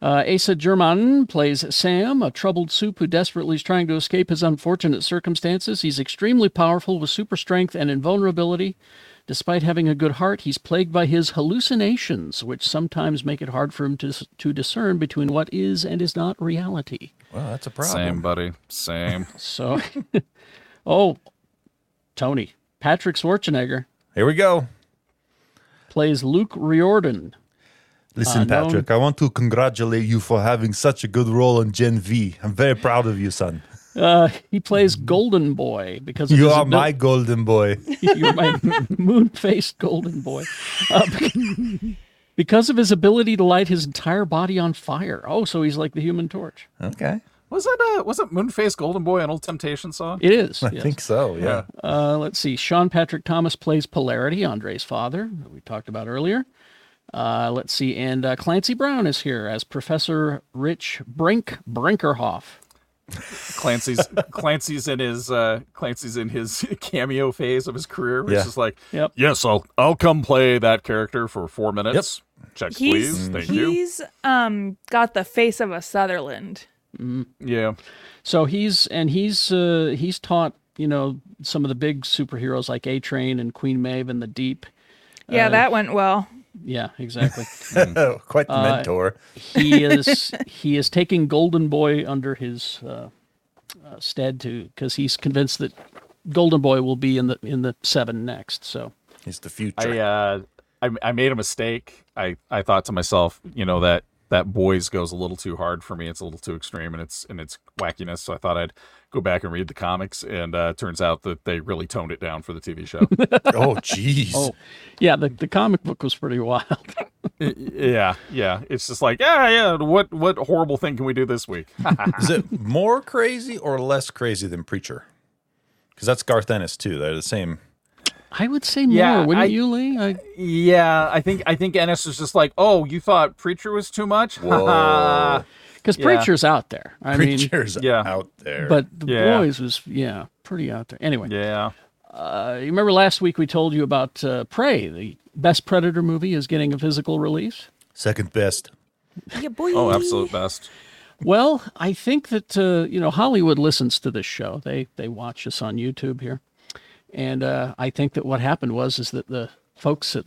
Uh, Asa German plays Sam, a troubled soup who desperately is trying to escape his unfortunate circumstances. He's extremely powerful with super strength and invulnerability. Despite having a good heart, he's plagued by his hallucinations, which sometimes make it hard for him to, s- to discern between what is and is not reality.
Well, that's a problem.
Same, buddy. Same.
So, (laughs) oh, Tony Patrick Schwarzenegger
Here we go.
plays Luke Riordan.
Listen,
no.
Patrick, I want to congratulate you for having such a good role on Gen V. I'm very proud of you, son.
Uh, he plays Golden Boy because of
You
his
are
abil-
my golden boy.
(laughs) you're my moon-faced Golden Boy. Uh, (laughs) because of his ability to light his entire body on fire. Oh, so he's like the Human Torch.
Okay.
(laughs) was that uh was that Moonface Golden Boy an old Temptation song?
It is.
I
yes.
think so, yeah.
Uh, let's see. Sean Patrick Thomas plays Polarity, Andre's father, that we talked about earlier. Uh, let's see. And uh, Clancy Brown is here as Professor Rich Brink Brinkerhoff.
Clancy's Clancy's in his uh, Clancy's in his (laughs) cameo phase of his career, which
Yeah.
is like,
Yep.
yes, I'll I'll come play that character for four minutes. Checks, please.
He's
Thank you.
he's um got the face of a Sutherland.
Yeah,
So he's and he's uh, he's taught you know some of the big superheroes like A Train and Queen Maeve and the Deep.
Yeah, that went well.
Yeah, (laughs) exactly.
(laughs) Quite the mentor.
he is he is taking Golden Boy under his uh, uh, stead too, because he's convinced that Golden Boy will be in the in the seven next. So
He's the future.
I uh, I, I made a mistake. I I thought to myself, you know that that boys goes a little too hard for me. It's a little too extreme, and it's and it's wackiness. So I thought I'd go back and read the comics, and uh, turns out that they really toned it down for the TV show.
oh, jeez.
oh yeah, the the comic book was pretty (laughs) wild.
yeah, yeah. It's just like, yeah, yeah. What what horrible thing can we do this week?
Is it more crazy or less crazy than Preacher? Because that's Garth Ennis too. They're the same.
I would say more,
Yeah,
wouldn't
I-
you, Lee? I,
Yeah, I think I think Ennis is just like, oh, you thought Preacher was too much? (laughs)
Whoa.
Because
Yeah.
Preacher's out there. I
Preachers
yeah.
out there.
mean, but the
Yeah.
boys was yeah pretty out there. Anyway,
yeah,
uh, you remember last week we told you about uh, Prey, the best Predator movie is getting a physical release.
second best.
Yeah, boy.
oh, absolute best.
Well, I think that uh, you know Hollywood listens to this show. They they watch us on YouTube here, and uh, I think that what happened was is that the folks at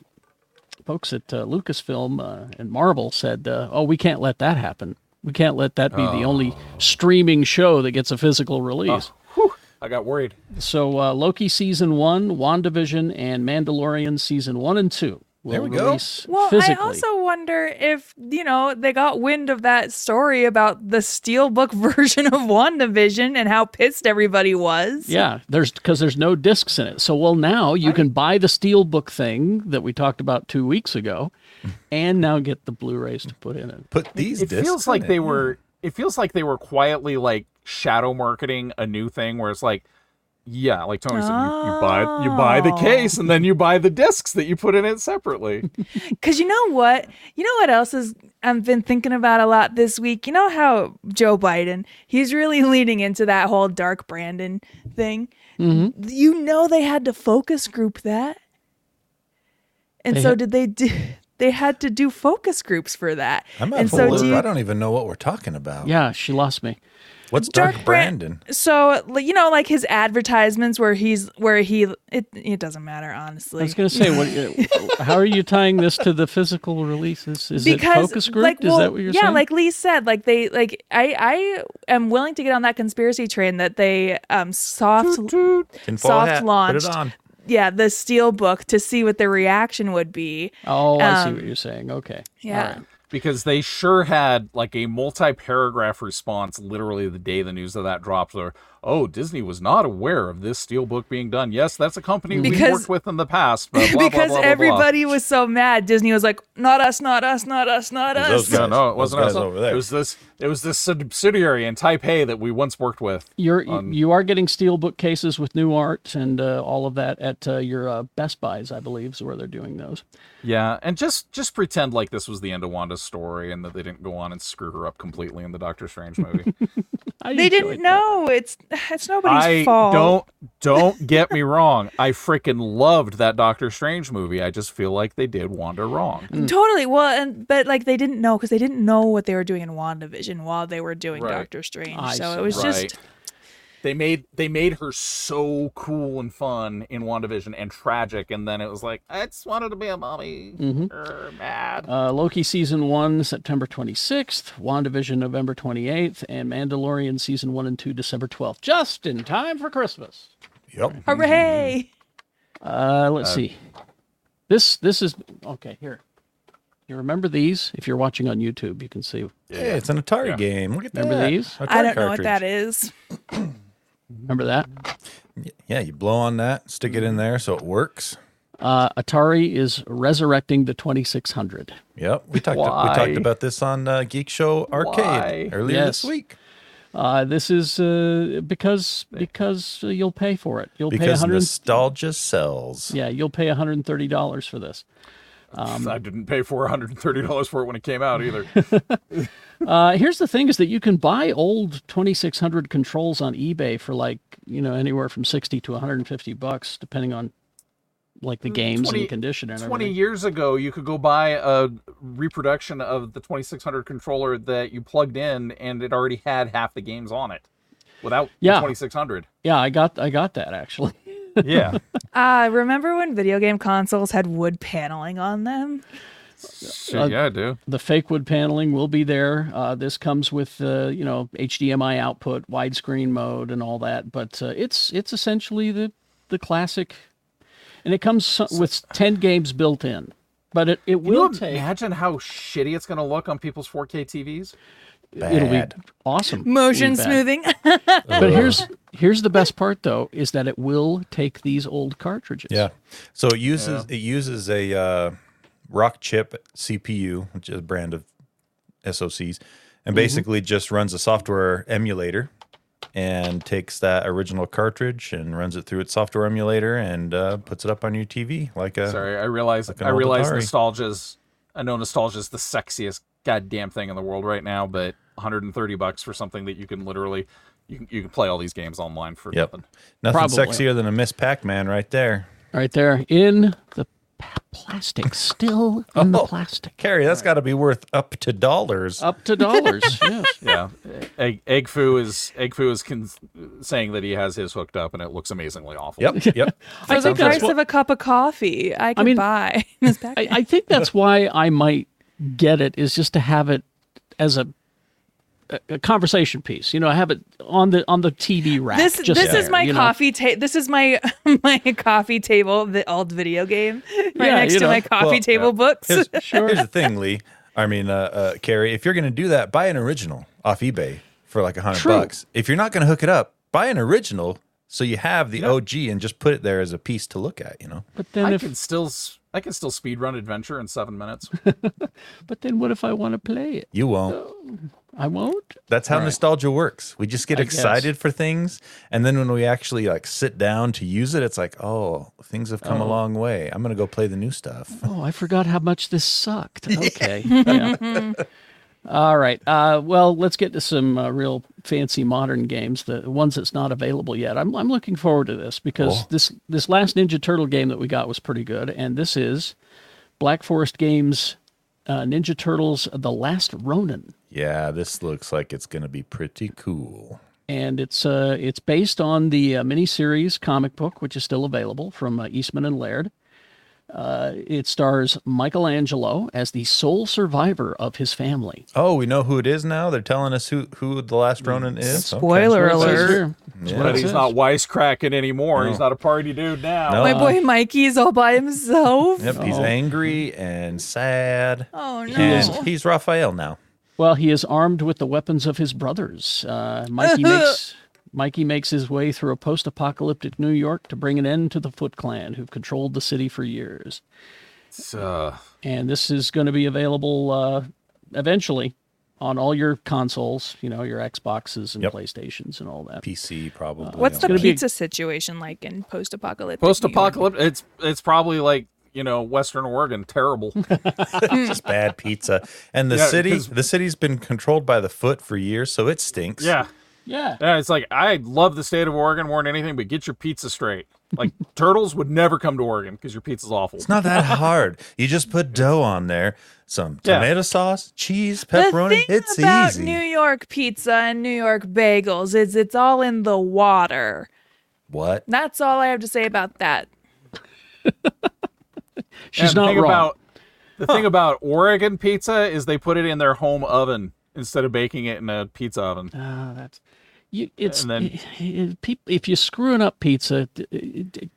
folks at uh, Lucasfilm uh, and Marvel said, uh, "Oh, we can't let that happen. We can't let that be the only streaming show that gets a physical release."
I got worried.
So uh, Loki season one, WandaVision, and Mandalorian season one and two will
There we go.
release
Well,
physically.
I also wonder if, you know, they got wind of that story about the steelbook (laughs) version of WandaVision and how pissed everybody was.
Yeah, there's because there's no discs in it. So well, now you can buy the steelbook thing that we talked about two weeks ago, and now get the Blu-rays to put in it.
Put these.
It
discs
feels
in
like they
it.
were. It feels like they were quietly like shadow marketing a new thing where it's like. Yeah, like Tony said, you, you buy you buy the
Oh.
case and then you buy the discs that you put in it separately.
Cause you know what? You know what else is I've been thinking about a lot this week? You know how Joe Biden, he's really (laughs) leaning into that whole dark Brandon thing. You know they had to focus group that. And
They
so
had-
did they do (laughs) they had to do focus groups for that.
I'm out
and
for a
so
loop.
do you,
I don't even know what we're talking about.
Yeah, she lost me.
What's Dark,
Dark Bran-
Brandon?
So like, you know, like his advertisements where he's where he it it doesn't matter honestly.
I was going to say,
(laughs)
what? uh, how are you tying this to the physical releases? Is it focus group?
like,
Is
well,
that what you're
yeah,
saying?
like Lee said, like they, like I, I am willing to get on that conspiracy train that they um soft,
Tinfoil
soft
hat.
launched,
Put it on.
yeah, the steel book to see what the reaction would be.
oh, I see
um,
what you're saying. Okay.
Yeah, (laughs)
because they sure had like a multi-paragraph response literally the day the news of that dropped where oh disney was not aware of this steelbook being done yes that's a company we
Because-
worked with in the past
(laughs)
but blah,
because
blah, blah, blah, blah.
everybody was so mad. Disney was like, "Not us, not us, not us, not
It was
us."
those
no, no,
Those
it wasn't
guys
us.
over there.
It was this. It was this subsidiary in Taipei that we once worked with.
You're you are getting steelbook cases with new art and uh, all of that at uh, your uh, Best Buys, I believe, is where they're doing those.
Yeah, and just just pretend like this was the end of Wanda's story and that they didn't go on and screw her up completely in the Doctor Strange movie.
I
They
enjoyed
didn't
that.
know. It's it's nobody's
I
fault.
don't
(laughs)
don't get me wrong. I freaking loved that Doctor Strange movie. I just feel like they did Wanda wrong.
Totally. Well, and but like they didn't know because they didn't know what they were doing in WandaVision while they were doing
Right.
Doctor Strange.
I
so
see.
it was
Right.
just
They made they made her so cool and fun in WandaVision and tragic, and then it was like I just wanted to be a mommy.
Mm-hmm.
Er, mad.
Uh, Loki season one, September 26th, WandaVision, November 28th, and Mandalorian season one and two, December 12th, just in time for Christmas.
Yep.
Mm-hmm.
hooray.
Uh, let's see. This this is okay. Here, you remember these? If you're watching on YouTube, you can see.
Yeah, it's an Atari game. Look at that.
Remember these?
Atari
I don't know what that
cartridge.
is.
Remember that?
Yeah, you blow on that, stick it in there, so it works.
Uh, Atari is resurrecting the 2600.
Yep. We talked.
Why?
We talked about this on uh, Geek Show Arcade
Why?
earlier
Yes.
this week.
Uh, this is uh, because because uh, you'll pay for it. You'll pay
Because
100.
nostalgia sells.
Yeah, you'll pay 130 dollars for this.
Um,
I didn't pay four hundred and thirty dollars for it when it came out
(laughs)
either.
Uh, here's the thing: is that you can buy old 2600 controls on eBay for like you know anywhere from 60 to 150 bucks, depending on like the games
20
and condition and
20
everything.
years ago, you could go buy a reproduction of the 2600 controller that you plugged in and it already had half the games on it without
Yeah.
the 2600.
Yeah, I got I got that actually.
(laughs)
Yeah.
Uh, remember when video game consoles had wood paneling on them?
yeah, I do.
the fake wood paneling will be there. Uh, this comes with uh, you know HDMI output, widescreen mode, and all that. But uh, it's it's essentially the the classic, and it comes so- with ten games built in. But it, it will
Can you
take
imagine how shitty it's going to look on people's 4K TVs?
it'll be
Bad.
awesome. It'll be
Motion
bad.
smoothing. (laughs)
But here's here's the best part though is that it will take these old cartridges.
Yeah. So it uses it uses a uh, rock chip CPU, which is a brand of SoCs,
Mm-hmm.
and basically just runs a software emulator and takes that original cartridge and runs it through its software emulator and uh, puts it up on your TV like a
Sorry, I realize
an
I
old
realize
Atari.
nostalgia's I know nostalgia's the sexiest goddamn thing in the world right now, but 130 bucks for something that you can literally you can, you can play all these games online for
Yep.
nothing.
Nothing
Probably.
sexier than a Miss Pac-Man right there.
Right there in the pa- plastic, still in
Oh.
the plastic,
Carrie, that's got to be worth up to
Oh,
dollars.
up to dollars. yes.
yeah. E-, Egg, Egg Foo is Egg Foo is con- saying that he has his hooked up, and it looks amazingly
(laughs)
awful.
Yep. Yep.
For the
think that's
price
what-
of a cup of coffee, I could
mean-
buy
(laughs)
this back.
I, I think
(laughs)
that's why I might get it is just to have it as a a, a conversation piece. You know, I have it on the on the TV rack.
this
just
this is
there,
my
you know.
coffee table. This is my (laughs) my coffee table, the old
(laughs)
video game, right
Yeah,
next
you
to
know.
my coffee
Well,
table books.
Here's, here's the thing, Lee. I mean, uh, uh, Carrie, if you're going to do that, buy an original off eBay for like a hundred
True.
bucks. If you're not going to hook it up, buy an original so you have the OG and just put it there as a piece to look at. You know,
But then
I
if
can still s- I can still speed run Adventure in
(laughs)
seven minutes.
but then what if I want to play it?
you won't.
I won't.
That's how nostalgia works. We just get
I guess.
excited for things, and then when we actually like sit down to use it, it's like, oh, things have come a long way. I'm going to go play the new stuff. (laughs)
Oh, I forgot how much this sucked. Okay. yeah. All right. Uh, well, let's get to some uh, real fancy modern games, the ones that's not available yet. I'm, I'm looking forward to this because this this last Ninja Turtle game that we got was pretty good, and this is Black Forest Games uh, Ninja Turtles: The Last Ronin,
Yeah, this looks like it's going to be pretty cool.
and it's uh, it's based on the uh, miniseries comic book, which is still available from uh, Eastman and Laird. Uh, it stars Michelangelo as the sole survivor of his family.
Oh, we know who it is now. They're telling us who who the last Ronin is. Okay.
Spoiler
That's what it says
alert.
here. That's what it
but he's
says.
not wisecracking anymore. He's not a party dude now.
No. uh,
My
uh,
boy Mikey's all by himself.
Yep, he's
Oh.
angry and sad.
Oh no.
And he's Raphael now.
Well, he is armed with the weapons of his brothers. Uh,
(laughs)
Mikey makes Mikey makes his way through a post-apocalyptic New York to bring an end to the Foot Clan, who've controlled the city for years.
It's, uh,
And this is going to be available uh, eventually on all your consoles. You know, your Xboxes and
Yep.
PlayStations and all that.
PC probably.
What's the
gonna be-
pizza situation like in post-apocalyptic? New York?
post-apocalypse. It's it's probably like you know Western Oregon, terrible.
just bad pizza? And the
Yeah,
city,
'cause-
the city's been controlled by the foot for years, so it stinks.
yeah.
Yeah.
Yeah, it's like I love the state of Oregon more than anything, but get your pizza straight. Like turtles would never come to Oregon because your pizza's awful.
it's not that hard. You just
(laughs)
put dough on there, some
Yeah.
tomato sauce, cheese,
The
pepperoni.
thing
it's
about
easy.
New York pizza and New York bagels is it's all in the water.
what?
That's all I have to say about that.
She's
And the
not
thing
wrong.
About, the thing about Oregon pizza is they put it in their home oven instead of baking it in a pizza oven.
Ah, that's you. It's
And then-
i- i- peop- if you're screwing up pizza, d- d- d-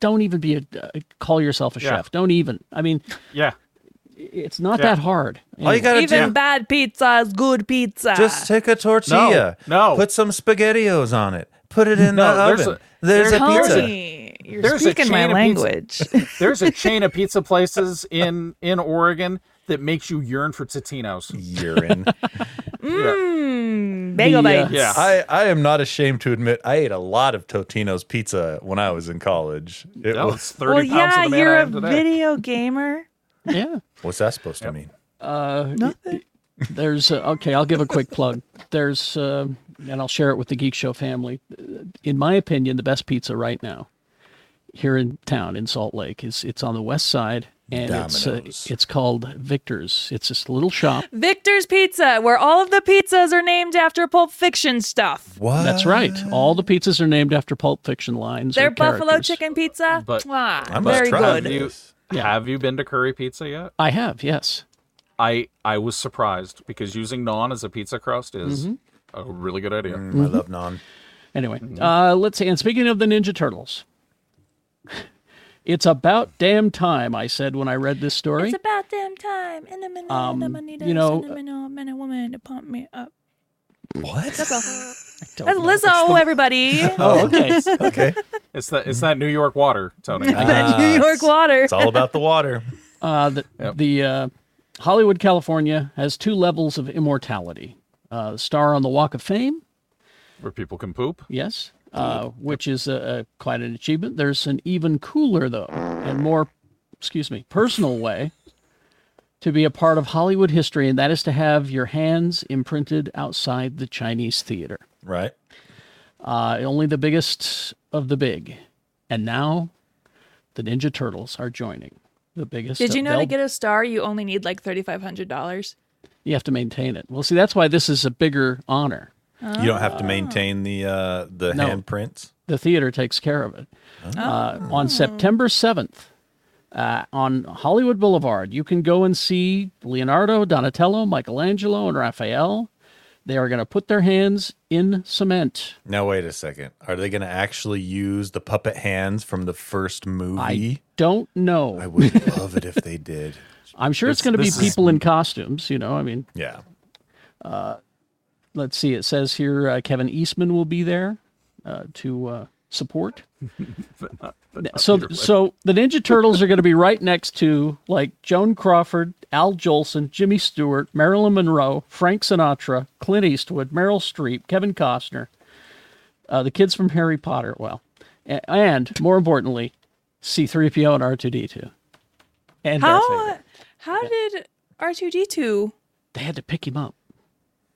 don't even be a uh, call yourself a
Yeah.
chef. Don't even. I mean,
Yeah.
it's not
Yeah.
that hard.
All you
Anyway,
gotta
Even
do
bad pizza is good pizza.
Just take a tortilla.
no.
Put some spaghettios on it. Put it in
No,
the
there's
oven.
a-
There's, a
there's
pizza.
Tony, you're
there's a
speaking my
chain of pizza-
language.
There's a chain of pizza places in in Oregon that makes you yearn for Totino's.
Urine.
Mmm, bagel
The, uh,
bites.
Yeah.
I, I am not ashamed to admit I ate a lot of Totino's pizza when I was in college. It
That
was
was 30
Well,
pounds
yeah,
of the man
you're
I
a
am today.
video gamer.
Yeah.
What's that supposed to mean?
Uh, Nothing. There's uh, okay. I'll give a quick plug. There's uh, and I'll share it with the Geek Show family. In my opinion, the best pizza right now here in town in Salt Lake is it's on the west side and it's
Domino's.
uh, it's called Victor's. It's this little shop.
Victor's Pizza, where all of the pizzas are named after Pulp Fiction stuff.
What?
That's right. All the pizzas are named after Pulp Fiction lines. or
Their buffalo
characters.
chicken pizza,
But-
Mwah,
I must
very
try
good.
this.
Have you been to Curry Pizza yet?
I have yes.
I I was surprised because using naan as a pizza crust is
Mm-hmm.
a really good idea.
Mm, I love non.
Anyway, uh, let's see. And speaking of the Ninja Turtles, (laughs) it's about damn time, I said when I read this story.
It's about damn time. In a minute,
Um,
I'm gonna need
you know-
a cinnamon man and woman to pump me up.
What?
Don't
That's
know.
Lizzo, everybody.
Oh,
(laughs)
okay.
okay.
It's that it's that New York water,
(laughs)
Tony. (laughs)
That New York water.
It's all about the water.
Uh, the the uh, Hollywood, California has two levels of immortality. Uh, star on the Walk of Fame,
where people can poop.
yes, uh, which is a, a, quite an achievement. There's an even cooler, though, and more, excuse me, personal way to be a part of Hollywood history, and that is to have your hands imprinted outside the Chinese theater.
Right.
uh, only the biggest of the big. And now the Ninja Turtles are joining the biggest.
Did you know to
they'll-
get a star, you only need like $3,500?
you have to maintain it? Well, see, that's why this is a bigger honor.
You don't have to maintain the uh, the
No.
handprints.
The theater takes care of it. Uh, on September 7th, uh, on Hollywood Boulevard, you can go and see Leonardo, Donatello, Michelangelo, and Raphael. They are going to put their hands in cement.
Now wait a second. Are they going to actually use the puppet hands from the first movie?
Don't know.
I, would love it if they did.
I'm sure it's going to be
this is-
people in costumes. You know, I mean,
Yeah.
let's see, it says here uh, Kevin Eastman will be there uh, to uh, support. so, so the Ninja Turtles are going to be right next to like Joan Crawford, Al Jolson, Jimmy Stewart, Marilyn Monroe, Frank Sinatra, Clint Eastwood, Meryl Streep, Kevin Costner, uh, the kids from Harry Potter. Well, a- and more importantly, C3PO and R2D2. And Darth
How,
Vader.
how did R2D2
they had to pick him up.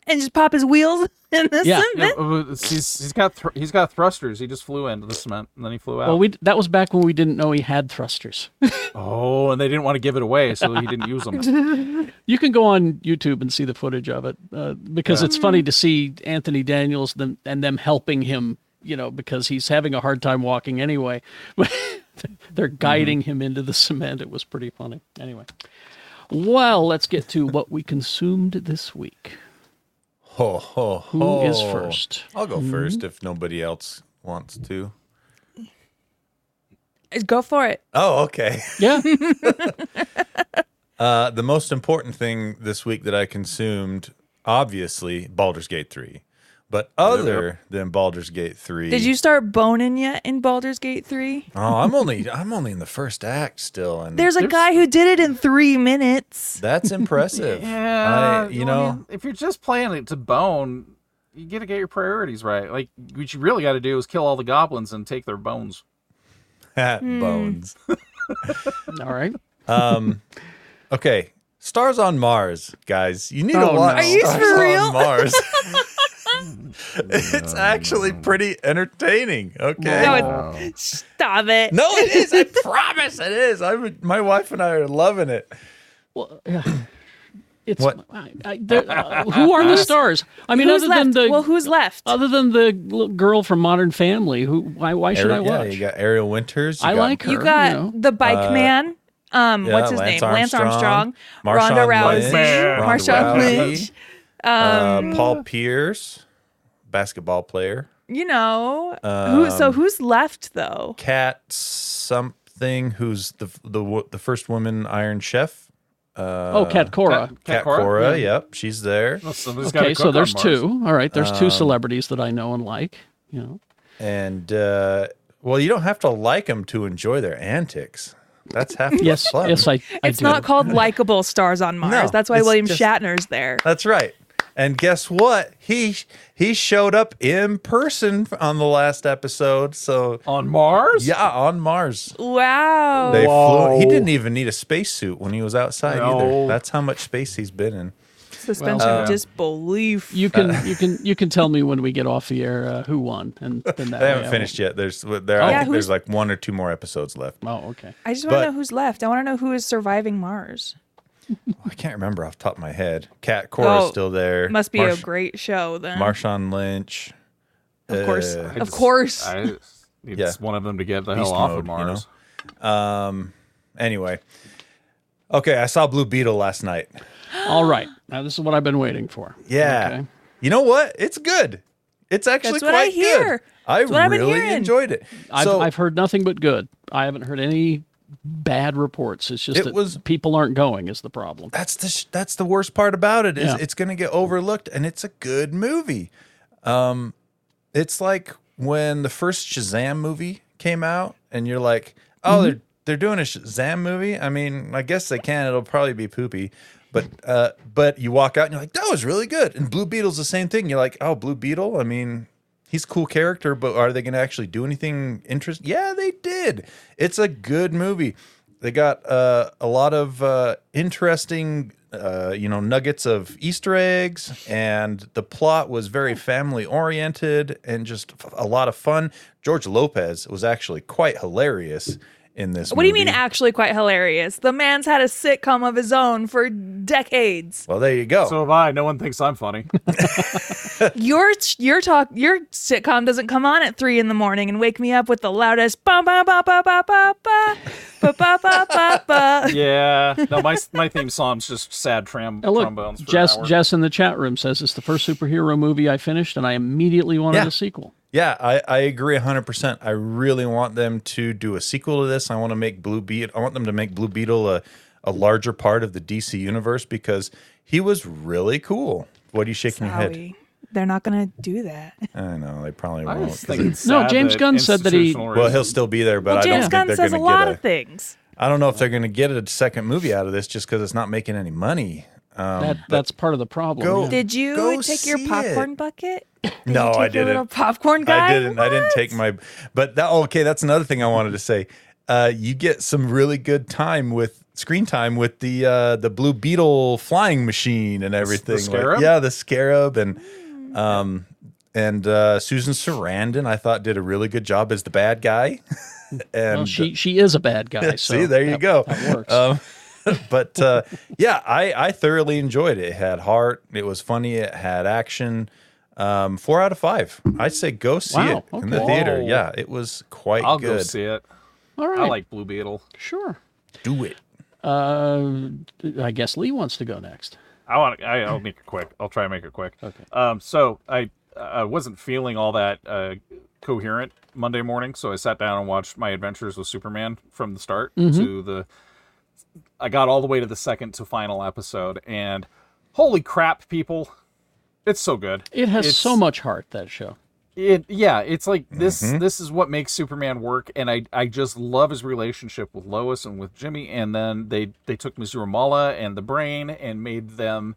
And just pop his
(laughs)
wheels in the
Yeah.
Yeah,
cement.
uh, he's, he's got thr he's got thrusters. He just flew into the cement and then he flew out.
Well, we that was back when we didn't know he had thrusters.
oh, and they didn't want to give it away, so he didn't
(laughs)
use them.
You can go on YouTube and see the footage of it uh, because it's
Mm.
funny to see Anthony Daniels them, and them helping him, you know, because he's having a hard time walking anyway. (laughs) But
Mm-hmm.
They're guiding him into the cement. It was pretty funny. Anyway, well, let's get to what we consumed this week.
Ho ho
Who
ho.
is first?
I'll go first if nobody else wants to.
Go for it.
Oh, okay. (laughs)
Yeah.
Uh, the most important thing this week that I consumed, obviously, Baldur's Gate 3. But other than Baldur's Gate 3,
Did you start boning yet in Baldur's Gate 3?
(laughs) Oh, I'm only I'm only in the first act still and
There's a guy who did it in three minutes.
that's impressive. I, you
well,
know, (laughs)
mean, if you're just playing it to bone, you got to get your priorities right. Like what you really got to do is kill all the goblins and take their bones. (laughs)
bones.
All right.
Um, (laughs) okay, stars on Mars, guys. You need to
Oh,
watch
no. Are you
stars
for real?
on (laughs) Mars. it's actually pretty entertaining. Okay.
No, it's, stop it.
No, it is. I promise it is. I'm, my wife and I are loving it.
Well, yeah. It's
What?
I, I, there- uh, who are
(laughs)
the stars? I mean,
who's
other
left?
than the
well, who's left?
other than the l- girl from Modern Family, who why why should I
Ariel-
watch?
Yeah, you got Ariel Winters. you
I
got
like her.
you got
know.
the bike
Uh,
man. Um,
yeah,
what's his
Lance
name? Lance Armstrong,
Armstrong,
Ronda
Marshawn
Rousey,
Lynch,
Marshawn
Ronda Rousey,
Lynch.
uh,
Um,
Paul Pierce, basketball player.
You know, who,
Um,
so who's left though?
Cat something who's the the wo- the first woman Iron Chef. Uh,
oh, Kat Cora.
Cat
Cat
Cora?
Cora.
Yeah.
Yep, she's there.
Well, somebody's gotta
okay, so
cook
there's
on Mars.
two. All right, there's
Um,
two celebrities that I know and like. You know,
And uh, well, you don't have to like them to enjoy their antics. That's half the
yes,
fun.
yes, I, I
It's
do.
not called likable stars on Mars. That's why
it's
William
just-
Shatner's there.
That's right. And guess what? He he showed up in person on the last episode. So
on Mars.
yeah, on Mars.
Wow.
They flew. He
Whoa.
didn't even need a spacesuit when he was outside
No.
either. That's how much space he's been in.
Suspension
um,
of disbelief.
You can
(laughs)
you can you can tell me when we get off the air uh, who won and then that
They
way
haven't
I
finished yet. There's there. I
Yeah,
think there's
who's-
like one or two more episodes left.
won't- Oh, okay.
I just want
but-
to know who's left. I want to know who is surviving Mars.
Oh, I can't remember off the top of my head. Cat Cora's
Oh,
still there.
Must be
Marsh-
a great show then.
Marshawn Lynch.
of course.
uh,
of course.
I just need
Yeah.
one of them to get the
Beast
hell off
mode,
of
you
Mars.
Um. Anyway. Okay, I saw Blue Beetle last night.
All right. Now this is what I've been waiting for.
Yeah.
Okay.
You know what? It's good. It's actually
That's
quite
what I
good.
hear.
I
what I've been
really
hearing.
enjoyed it.
I've,
so
I've heard nothing but good. I haven't heard any bad reports. It's just
It
that
was-
people aren't going is
(laughs)
the problem.
that's the sh- that's the worst part about it is
Yeah.
it's going to get overlooked, and it's a good movie. Um, it's like when the first Shazam movie came out, and you're like, oh, they're they're doing a Shazam movie. I mean, I guess they can. It'll probably be poopy. But uh, but you walk out and you're like, that was really good. And Blue Beetle's the same thing. You're like, oh, Blue Beetle. I mean, he's a cool character, but are they going to actually do anything interesting? Yeah, they did. It's a good movie. They got uh, a lot of uh, interesting, uh, you know, nuggets of Easter eggs, and the plot was very family oriented and just f- a lot of fun. George Lopez was actually quite hilarious in this.
what do you mean
movie.
actually quite hilarious? The man's had a sitcom of his own
(laughs)
for decades.
Well, there you go.
So have I. No one thinks
(laughs)
I'm funny.
Your your talk your sitcom doesn't come on at three in the morning and wake me up with the loudest ba ba ba ba ba ba ba ba ba ba ba
(laughs)
ba.
yeah. No, my my theme song's just sad tram-
Now look,
trombones. For
Jess
an hour.
Jess in the chat room says it's the first superhero movie I finished, and I immediately wanted
Yeah.
a sequel.
Yeah, I, I agree 100%. I really want them to do a sequel to this. I want to make Blue Beetle I want them to make Blue Beetle a, a larger part of the DC universe because he was really cool. What are you shaking your
Howie, They're not gonna do that.
head? I know, they probably
I
won't.
was
'cause
thinking
it-
No,
sad
James
that
Gunn said that he-
institutional
well,
racism-
he'll still be there, (laughs) but
Well,
I
James
don't think
Gunn
they're
says a
going to
lot
get
of
a
things.
I don't know if they're going to get a second movie out of this just cuz it's not making any money. Um,
That that's part of the problem.
go-
yeah.
Did you
Go
take your
see it.
popcorn bucket? Did you
No,
take
I
your
didn't.
Little popcorn guy.
I didn't. I didn't
What?
take my. But that oh, okay. That's another thing I wanted to say. Uh, you get some really good time with screen time with the uh, the Blue Beetle flying machine and everything. Like,
scarab?
yeah, the scarab and um and uh, Susan Sarandon. I thought did a really good job as the bad guy. (laughs) and
Well, she she is a bad guy.
(laughs)
So
See, there you
that-
go.
That works.
Um, (laughs) but uh, yeah, I, I thoroughly enjoyed it. It had heart. It was funny. It had action. Um, four out of five. I'd say go see
Wow,
it in the
okay.
theater.
Whoa.
Yeah, it was quite
I'll
good.
go see it.
All right.
I like Blue Beetle.
sure.
Do it.
Uh, I guess Lee wants to go next.
I want. I, I'll make it quick. I'll try and make it quick. Okay. Um. So I I wasn't feeling all that uh, coherent Monday morning, so I sat down and watched My Adventures with Superman from the start
Mm-hmm.
to the. I got all the way to the second to final episode, and holy crap, people! It's so good.
It has
It's-
so much heart that show.
it yeah it's like this this is what makes superman work and i i just love his relationship with lois and with jimmy and then they they took mizuramala and the brain and made them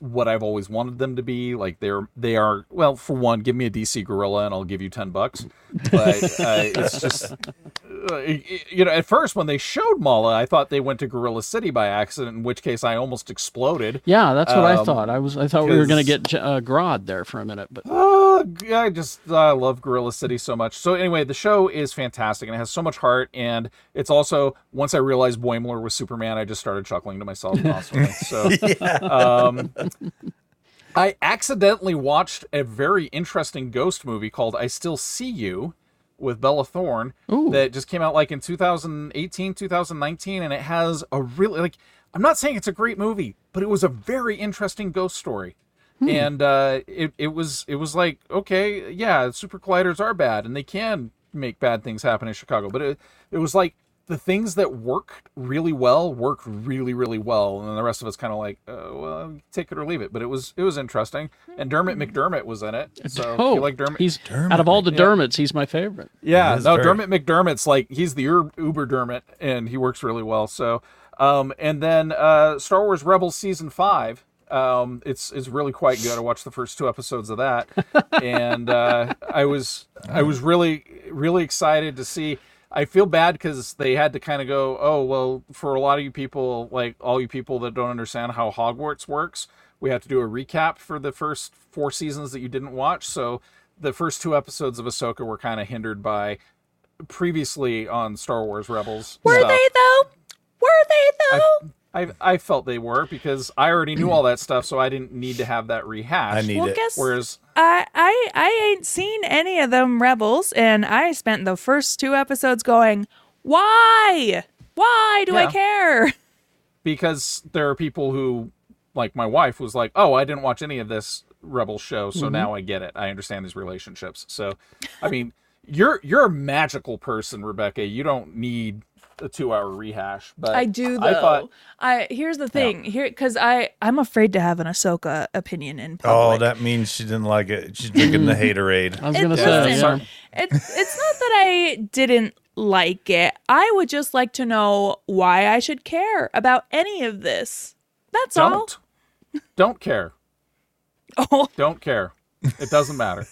what i've always wanted them to be like they're they are well for one give me a dc gorilla and i'll give you 10 bucks but uh, it's just uh, you know at first when they showed mala i thought they went to gorilla city by accident in which case i almost exploded
Yeah, that's what I
Um,
thought. I was I thought we were going to
'cause-
get J- uh, Grodd there for a minute, but
Oh, g- I just I love Gorilla City so much. So anyway, the show is fantastic and it has so much heart. And it's also once I realized Boimler was Superman, I just started chuckling to myself constantly. So um, I accidentally watched a very interesting ghost movie called I Still See You with Bella Thorne that just came out like in 2018, 2019. And it has a really, like, I'm not saying it's a great movie, but it was a very interesting ghost story. And uh, it, it was it was like okay yeah super colliders are bad and they can make bad things happen in Chicago but it, it was like the things that work really well work really really well and then the rest of it's kind of like uh, well take it or leave it but it was it was interesting and Dermot
Hmm.
McDermott was in it so if
oh,
you like Dermot
he's out of all the Dermots, he's my favorite.
yeah,
is
no,
very-
Dermot McDermott's like he's the Ur- Uber Dermot, and he works really well. So, um, and then uh, Star Wars Rebels season five. Um, it's it's really quite good. I watched the first two episodes of that, and uh, I was I was really really excited to see. I feel bad because they had to kind of go, oh well, for a lot of you people, like all you people that don't understand how Hogwarts works, we have to do a recap for the first four seasons that you didn't watch. So the first two episodes of Ahsoka were kind of hindered by previously on Star Wars Rebels.
Were
stuff.
they though? Were they though?
I, I felt they were because I already knew all that stuff, so I didn't need to have that rehashed.
I need
well,
it.
guess
Whereas,
I, I I ain't seen any of them rebels, and I spent the first two episodes going, why? Why do I
Yeah. Uh,
care?
because there are people who, like my wife, was like, "Oh, I didn't watch any of this Rebel show, so
Mm-hmm.
now I get it. I understand these relationships." So, I mean, you're you're a magical person, Rebecca. You don't need a two-hour rehash. But
(laughs) I do though. I,
I thought,
here's the thing here because I I'm afraid to have an Ahsoka opinion in
Oh,
public.
that means she didn't like it. She's drinking
(laughs)
the haterade.
I was
It-
gonna
listen,
say, yeah.
sorry.
it's it's not that I didn't like it. I would just like to know why I should care about any of this. That's all.
don't don't care.
(laughs) Oh,
Don't care. It doesn't matter.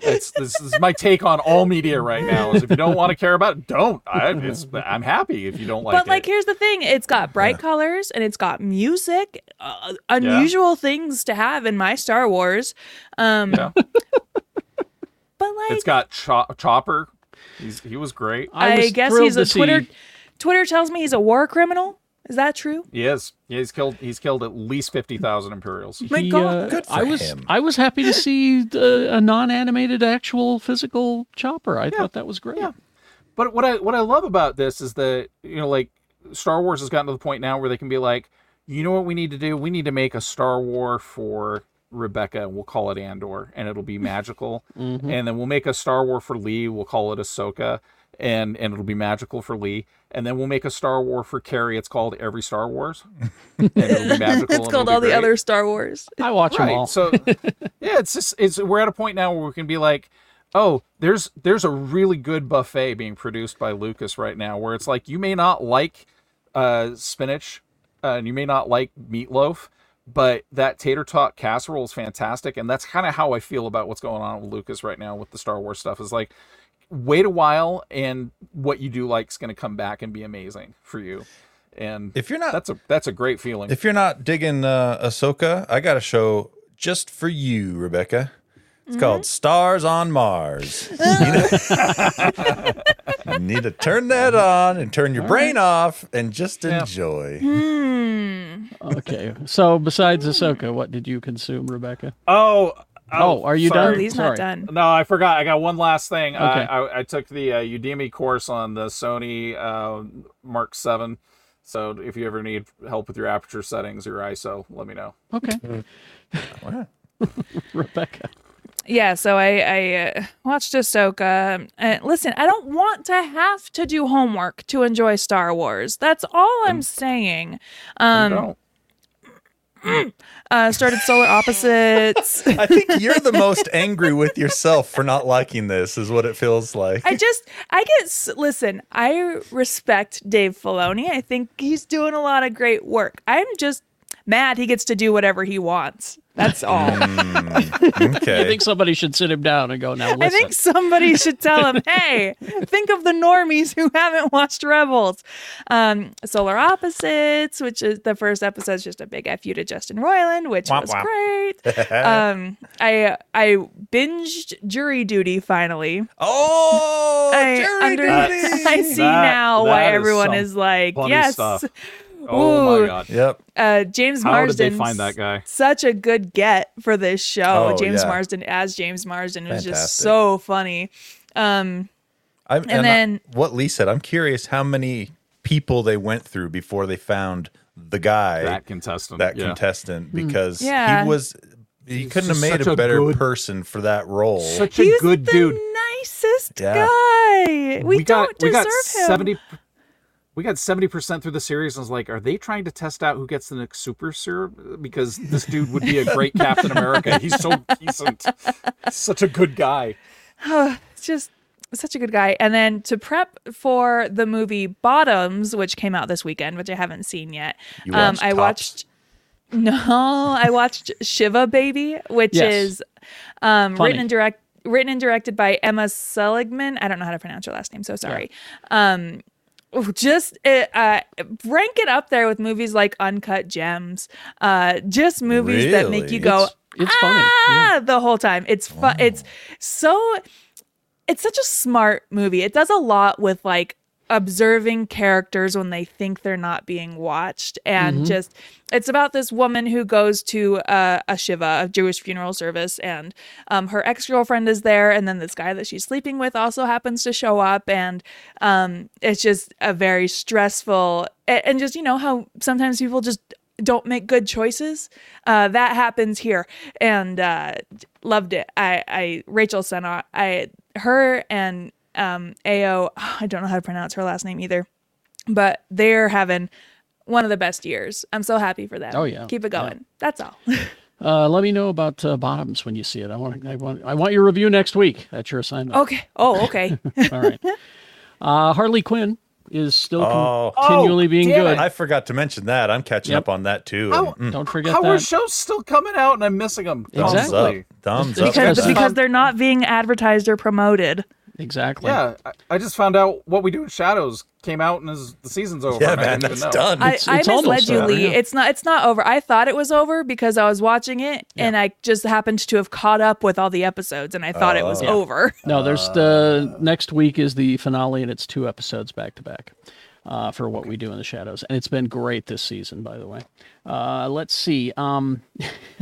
It's this is my take on all media right now. Is if you don't want to care about, it, don't. I, it's, I'm happy if you don't like
but like
it.
here's the thing it's got bright colors and it's got music uh, unusual things to have in my star wars um
Yeah.
but like
It's got Cho- Chopper. He's, he was great.
I
i,
was
guess
thrilled
he's a
to
twitter
see-
twitter tells me he's a war criminal is that true
He is. Yeah, he's killed. He's killed at least fifty thousand Imperials.
my
He,
God.
uh,
Good for
I was
him.
I was happy to see the, a non-animated actual physical chopper. I thought that was great.
But what I what I love about this is that you know, like Star Wars has gotten to the point now where they can be like, you know what we need to do? We need to make a Star War for Rebecca, and we'll call it Andor, and it'll be
(laughs)
magical.
Mm-hmm.
And then we'll make a Star War for Lee, we'll call it Ahsoka, and and it'll be magical for Lee. And then we'll make a Star War for Carrie. It's called Every Star
(laughs)
Wars. And it'll be magical. and
it's
it'll
called
be
all the
great.
other star wars
I watch
right.
them all. (laughs)
So yeah, it's just it's we're at a point now where we can be like, oh, there's there's a really good buffet being produced by Lucas right now, where it's like you may not like uh, spinach, uh, and you may not like meatloaf, but that tater tot casserole is fantastic, and that's kind of how I feel about what's going on with Lucas right now with the Star Wars stuff. Is like. Wait a while, and what you do like is going to come back and be amazing for you. And
If you're not
that's a that's a great feeling.
If you're not digging uh, Ahsoka, I got a show just for you, Rebecca. It's
Mm-hmm.
called Stars on Mars. You know-
(laughs)
(laughs) You need to turn that on and turn your brain off and just enjoy.
Mm-hmm.
Okay. So besides Ahsoka, what did you consume, Rebecca?
oh,
Oh, are you
sorry.
done?
lee's
Sorry.
not done
No, I forgot. I got one last thing. I,
Okay.
I, I took the uh, Udemy course on the Sony uh, Mark Seven. So if you ever need help with your aperture settings or ISO, let me know.
Okay. (laughs) Rebecca.
yeah so i i uh, watched ahsoka and listen i don't want to have to do homework to enjoy star wars that's all i'm saying um
Don't.
uh started
(laughs)
solar opposites
I think you're the most angry with yourself for not liking this, is what it feels like.
I just, I get, s- listen, I respect Dave Filoni. I think he's doing a lot of great work. I'm just mad he gets to do whatever he wants. That's all.
okay.
I think somebody should sit him down and go, now listen.
I think somebody should tell him, hey, think of the normies who haven't watched Rebels. Um, Solar Opposites, which is the first episode, is just a big F you to Justin Roiland, which
Womp
was
womp.
great. um, I I binged Jury Duty finally.
oh,
I,
Jerry
under-
Duty!
(laughs) I see
That-
now why
that is
everyone
some
is like,
funny
yes.
stuff. Oh
Ooh.
my god!
Yep.
Uh, James
How did
Marsden.
they find that guy?
Such a good get for this show.
Oh,
James
yeah.
Marsden as James Marsden is just
Fantastic.
so funny. Um,
I'm, and I-
then-
what Lee said, I'm curious how many people they went through before they found the guy
That contestant.
that
yeah.
contestant because
Hmm. Yeah.
he was he couldn't have
just
made
such
a
a
better
good-
person for that role.
Such a
he's
good
the
dude.
nicest
Yeah.
guy. We,
got
don't deserve
we got
him.
seventy. We got seventy percent through the series, and I was like, "Are they trying to test out who gets the next super serum? Because this dude would be a
(laughs)
great Captain America. He's so decent, (laughs) such a good guy."
It's just such a good guy. And then to prep for the movie Bottoms, which came out this weekend, which I haven't seen yet,
You watched
I
Tops?
watched. No, (laughs) I watched Shiva Baby, which
Yes.
is um,
Funny.
written and direct written and directed by Emma Seligman. I don't know how to pronounce her last name, so sorry. Um, oh, just uh, uh, rank it up there with movies like Uncut Gems. Uh, just movies that make
Really?
you go
It's funny.
ah the whole time. It's fun. It's so it's such a smart movie. It does a lot with like observing characters when they think they're not being watched
Mm-hmm.
and just it's about this woman who goes to uh, a shiva a jewish funeral service and um, her ex-girlfriend is there and then this guy that she's sleeping with also happens to show up and um, it's just a very stressful a- and just you know how sometimes people just don't make good choices. Uh, that happens here, and uh, loved it. I, I Rachel Senna, I her and um, Ao. (sighs) I don't know how to pronounce her last name either, but they're having one of the best years. I'm so happy for them.
Oh, yeah.
keep it going. That's all. (laughs)
Uh, let me know about uh, bottoms when you see it. I want, I want, I want your review next week. That's your assignment.
okay.
(laughs)
Oh, okay.
All right. Uh, Harley Quinn is still
Oh.
continually being
damn
good.
I forgot to mention that. I'm catching
Yep.
up on that too.
Oh,
and, mm,
Don't forget
How are
that.
shows still coming out and I'm missing them?
Thumbs
thumbs up.
Exactly.
Thumbs
Because-
up.
because
Yes.
because they're not being advertised or promoted.
exactly.
Yeah, I, I just found out what we do in Shadows came out and is, the season's over.
Yeah,
and I
man,
didn't even
that's
know.
done.
It's-
I, I
it's
misled
almost
you,
over,
Lee.
yeah.
It's not. It's not over. I thought it was over because I was watching it, and I just happened to have caught up with all the episodes, and I thought it
Oh.
was over. (laughs)
No, there's the
Uh.
next week is the finale, and it's two episodes back to back uh, for what we do in the shadows, and it's been great this season, by the way. Uh, let's see. Um, (laughs)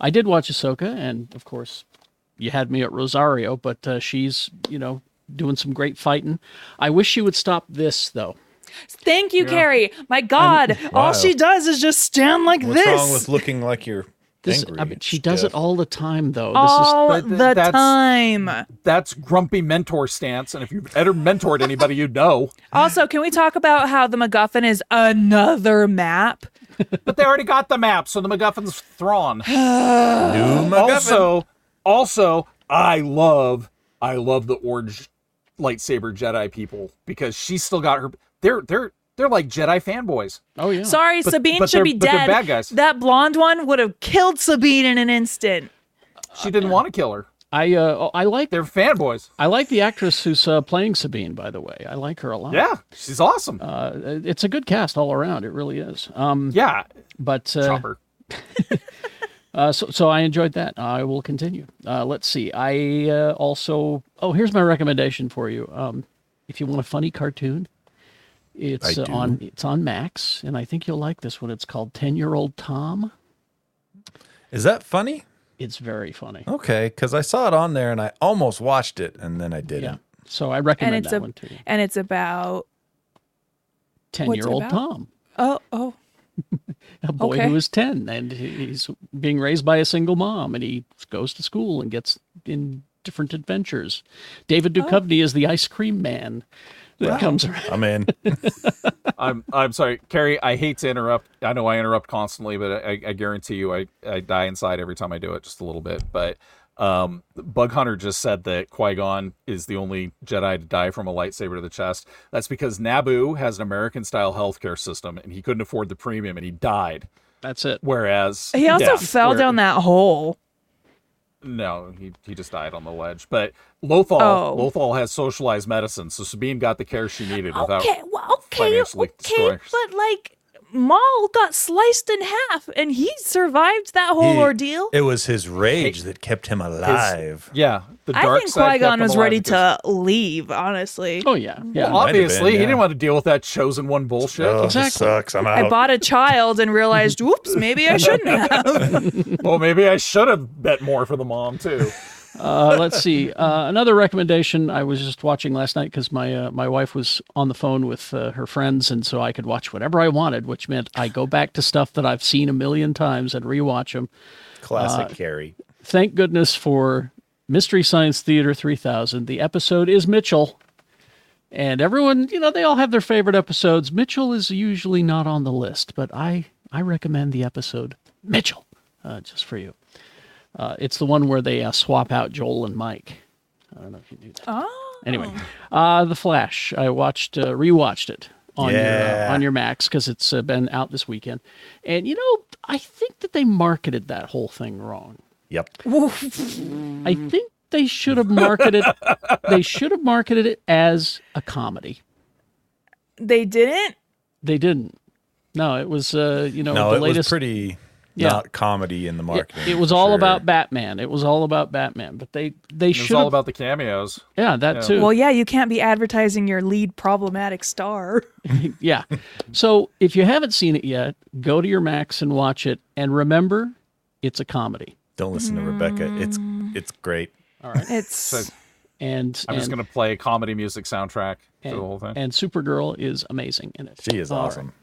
I did watch Ahsoka, and of course, you had me at Rosario, but uh, she's you know doing some great fighting. I wish she would stop this though.
Thank you, Carrie. My God, all
Wow.
she does is just stand like
What's
this
wrong with looking like you're
This
angry?
I mean,
and
she does
stiff? Oh,
it all the time though.
all
But th-
the
that's-
time.
That's grumpy mentor stance, and if you've ever mentored anybody, you know.
Also, can we talk about how the MacGuffin is another map?
But they already got the map, so the MacGuffin's Thrawn.
New MacGuffin.
also, also, I love, I love the orange lightsaber Jedi people because she's still got her. They're they're they're like Jedi fanboys.
this is, oh yeah.
Sorry, Sabine
but
should
they're-
be
but they're
dead.
bad guys.
That blonde one would have killed Sabine in an instant.
She didn't want to kill her.
I uh, oh, I like
They're fanboys.
I like the actress who's uh, playing Sabine. By the way, I like her a lot.
Yeah, she's awesome.
Uh, it's a good cast all around. It really is. Um,
yeah,
but uh,
chopper.
uh, so, so I enjoyed that. I will continue. Uh, let's see. I uh, also. Oh, here's my recommendation for you. Um, if you want a funny cartoon, it's
I
uh,
do.
on it's on Max, and I think you'll like this one. It's called Ten Year Old Tom.
Is that funny?
It's very funny.
Okay, because I saw it on there and I almost watched it and then I
Yeah.
didn't.
So I
And
recommend
it's
that
a
one to you.
and it's about
Ten Year Old
about?
Tom,
oh oh
a boy
Okay.
who is ten, and he- he's being raised by a single mom, and he goes to school and gets in different adventures. David Duchovny is the ice cream man that comes around.
I'm
(laughs)
in.
I'm I'm sorry, Carrie. I hate to interrupt. I know I interrupt constantly, but I, I guarantee you, I, I die inside every time I do it, just a little bit. But um, Bug Hunter just said that Qui Gon is the only Jedi to die from a lightsaber to the chest. That's because Naboo has an American style healthcare system, and he couldn't afford the premium, and he died.
That's it.
Whereas
He also
yeah,
fell
where-
down that hole.
No, he, he just died on the ledge. But Lothal
Oh.
Lothal has socialized medicine, so Sabine got the care she needed without
okay, well, okay,
financially
okay,
destroying her.
but like Maul got sliced in half, and he survived that whole
He-
ordeal.
It was his rage that kept him alive.
Yeah, the dark
I think
side
Qui
kept
Gon
him
was
alive
ready
because-
to leave. Honestly,
Oh yeah, yeah.
Might have been,
Obviously, he
yeah.
didn't want to deal with that chosen one bullshit.
Oh,
Exactly.
this sucks. I'm out.
I bought a child and realized, whoops, maybe I
(laughs)
shouldn't have.
(laughs) well, maybe I should have bet more for the mom too.
Uh, let's see. Uh, another recommendation I was just watching last night because my uh, my wife was on the phone with uh, her friends, and so I could watch whatever I wanted, which meant I go back to stuff that I've seen a million times and rewatch them. Uh,
Classic Carrie.
Thank goodness for Mystery Science Theater 3000. The episode is Mitchell. And everyone, you know, they all have their favorite episodes. Mitchell is usually not on the list, but I I recommend the episode Mitchell uh, just for you. Uh, it's the one where they uh, swap out Joel and Mike. I don't know if you knew that.
Oh,
Anyway, uh, The Flash. I watched, uh, rewatched it on your
Yeah.
uh, on your Max because it's uh, been out this weekend, and you know I think that they marketed that whole thing wrong.
Yep.
I think they should have marketed they should have marketed it as a comedy.
They didn't.
They didn't. No, it was uh,
Oh,
you know,
No,
the
it
latest
was pretty
Yeah.
not comedy in the marketing.
it was all
sure.
about Batman. It was all about Batman, but they they
It was
should
all
have
about the cameos.
yeah, that too.
Well, yeah, you can't be advertising your lead
(laughs)
problematic star.
yeah. So if you haven't seen it yet, go to your Max and watch it. And remember, it's a comedy.
Don't listen to Rebecca. It's
Mm.
it's great.
It's
And
I'm
and,
just gonna play comedy music soundtrack to
and,
the whole thing.
and Supergirl is amazing in it.
She is
All
awesome.
right.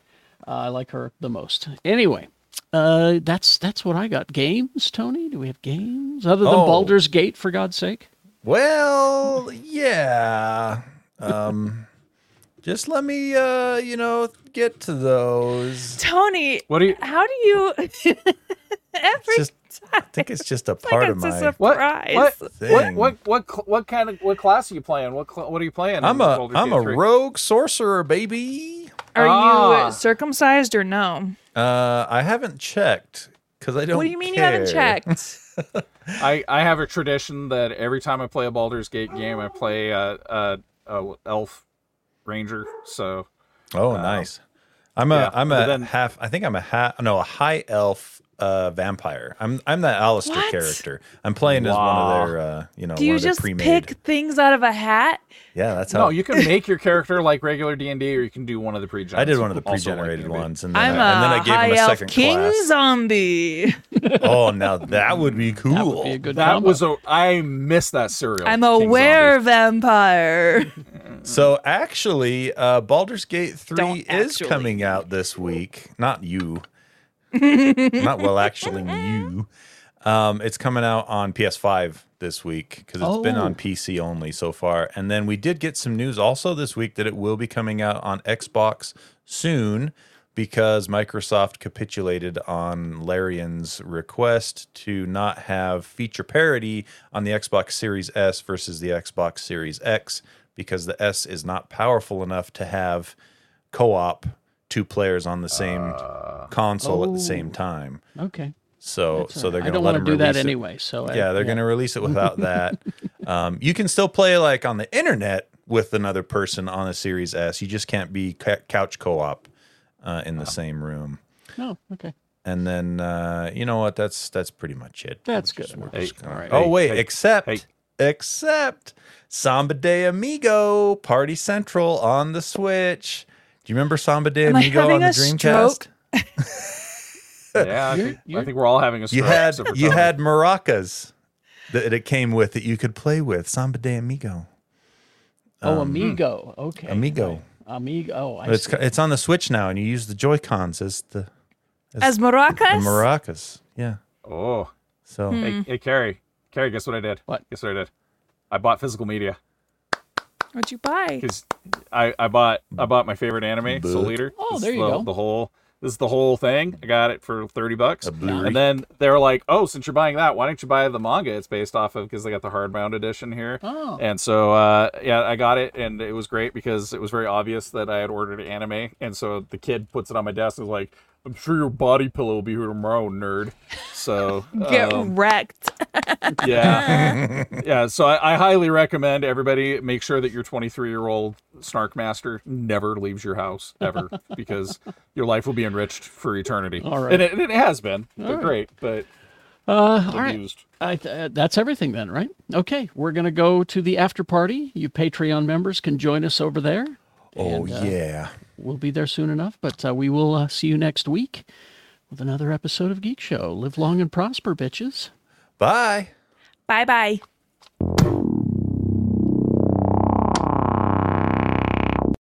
Uh, I like her the most. Anyway, uh, that's that's what I got. Games, Tony? Do we have games other than
Oh.
Baldur's Gate? For God's sake!
Well, yeah. Um (laughs) just let me uh, you know, get to those.
Tony.
What do you?
How do
(laughs)
you? every
It's just I think it's just a part
(laughs) like
of
it's a
my
What,
surprise.
what, what,
thing.
what, what, cl- what kind of what class are you playing? What, cl- what are you playing? in
I'm a
Baldur's
I'm
Gate
a
3?
rogue sorcerer, baby.
Are
Ah.
you circumcised or no?
Uh I haven't checked cuz I don't
What do you mean you haven't
care. (laughs)
checked?
I, I have a tradition that every time I play a Baldur's Gate game, I play a, a, a elf ranger. So
Oh, nice. I'm a
Um, yeah,
am
but
a
then-
half. I think I'm a half. No, a high elf uh, vampire. I'm I'm that Alistair
What?
character. I'm playing as one
Wow.
of their uh, you
Oh,
know
Do
one
you
of their
just
pre-made.
pick things out of a hat?
Yeah, that's how.
no, you can make your character like regular D and D, or you can do one of the pre.
I did one of the pre-generated ones, and then,
I'm
I, and then I
a
gave him
high
a
elf
second
king
class.
zombie.
(laughs) Oh, now
(laughs)
that would be cool.
That would be a good.
That
combo.
was a I missed that serial.
I'm
King
a
Zombie.
were vampire.
So actually, uh, Baldur's Gate 3
Don't
is
actually.
coming out this week. Not
(laughs)
you. Not well, actually, you. Um, it's coming out on PS5 this week because it's been
Oh.
on PC only so far. And then we did get some news also this week that it will be coming out on Xbox soon because Microsoft capitulated on Larian's request to not have feature parity on the Xbox Series S versus the Xbox Series X because the S is not powerful enough to have co-op two players on the same console at the same time.
okay.
So
Uh, oh. That's
so
all
they're going
right. I don't
let
want
them
to do that
release it-
anyway. So I-
yeah, they're going to release it without that. um, you can still play like on the internet with another person on a Series S. You just can't be cou- couch co-op uh, in the same room.
No, okay.
And then uh, you know what? That's that's pretty much it.
That's
We're just-
good
we're
enough.
just gonna-
All right.
Oh
Hey,
wait,
hey,
except
hey.
except Samba de Amigo Party Central on the Switch. Do you remember Samba de
Am I
Amigo on
having
the
a
Dreamcast?
stroke?
Yeah, I
You're-
think, I
you're-
think we're all having a.
You
stroke
had
except for
you
Tony.
had maracas that it came with that you could play with. Samba de Amigo.
Oh, amigo. Okay.
um, hmm. Amigo.
Amigo. Oh, I
But it's
see.
it's on the Switch now, and you use the Joy Cons as the,
As
the
maracas?
maracas. Yeah.
Oh,
So
hey, hey, Carrie, Carrie, guess what I did?
What?
Guess what I did? I bought physical media
What'd you buy?
because I, I bought I bought my favorite anime, Soul Leader.
Oh,
This
there
is
you
the,
go.
The whole this is the whole thing. I got it for thirty bucks,
Blu-ray.
and then they were like, "Oh, since you're buying that, why don't you buy the manga it's based off of?" Because they got the hardbound edition here.
Oh.
And so, uh, yeah, I got it, and it was great because it was very obvious that I had ordered anime. And so the kid puts it on my desk and is like, I'm sure your body pillow will be here tomorrow, nerd.
(laughs)
So,
Get
um,
wrecked.
yeah. (laughs) yeah. So I, I highly recommend everybody make sure that your 23 year old snark master never leaves your house
(laughs)
ever because your life will be enriched for eternity.
All right.
And it, and it has been. They're great, but
Uh, all right.
abused.
I, uh, that's everything then, right? Okay, we're gonna go to the after party. You Patreon members can join us over there.
oh
And, uh,
yeah.
We'll be there soon enough, but uh, we will uh, see you next week with another episode of Geek Show. Live long and prosper, bitches.
Bye.
Bye bye.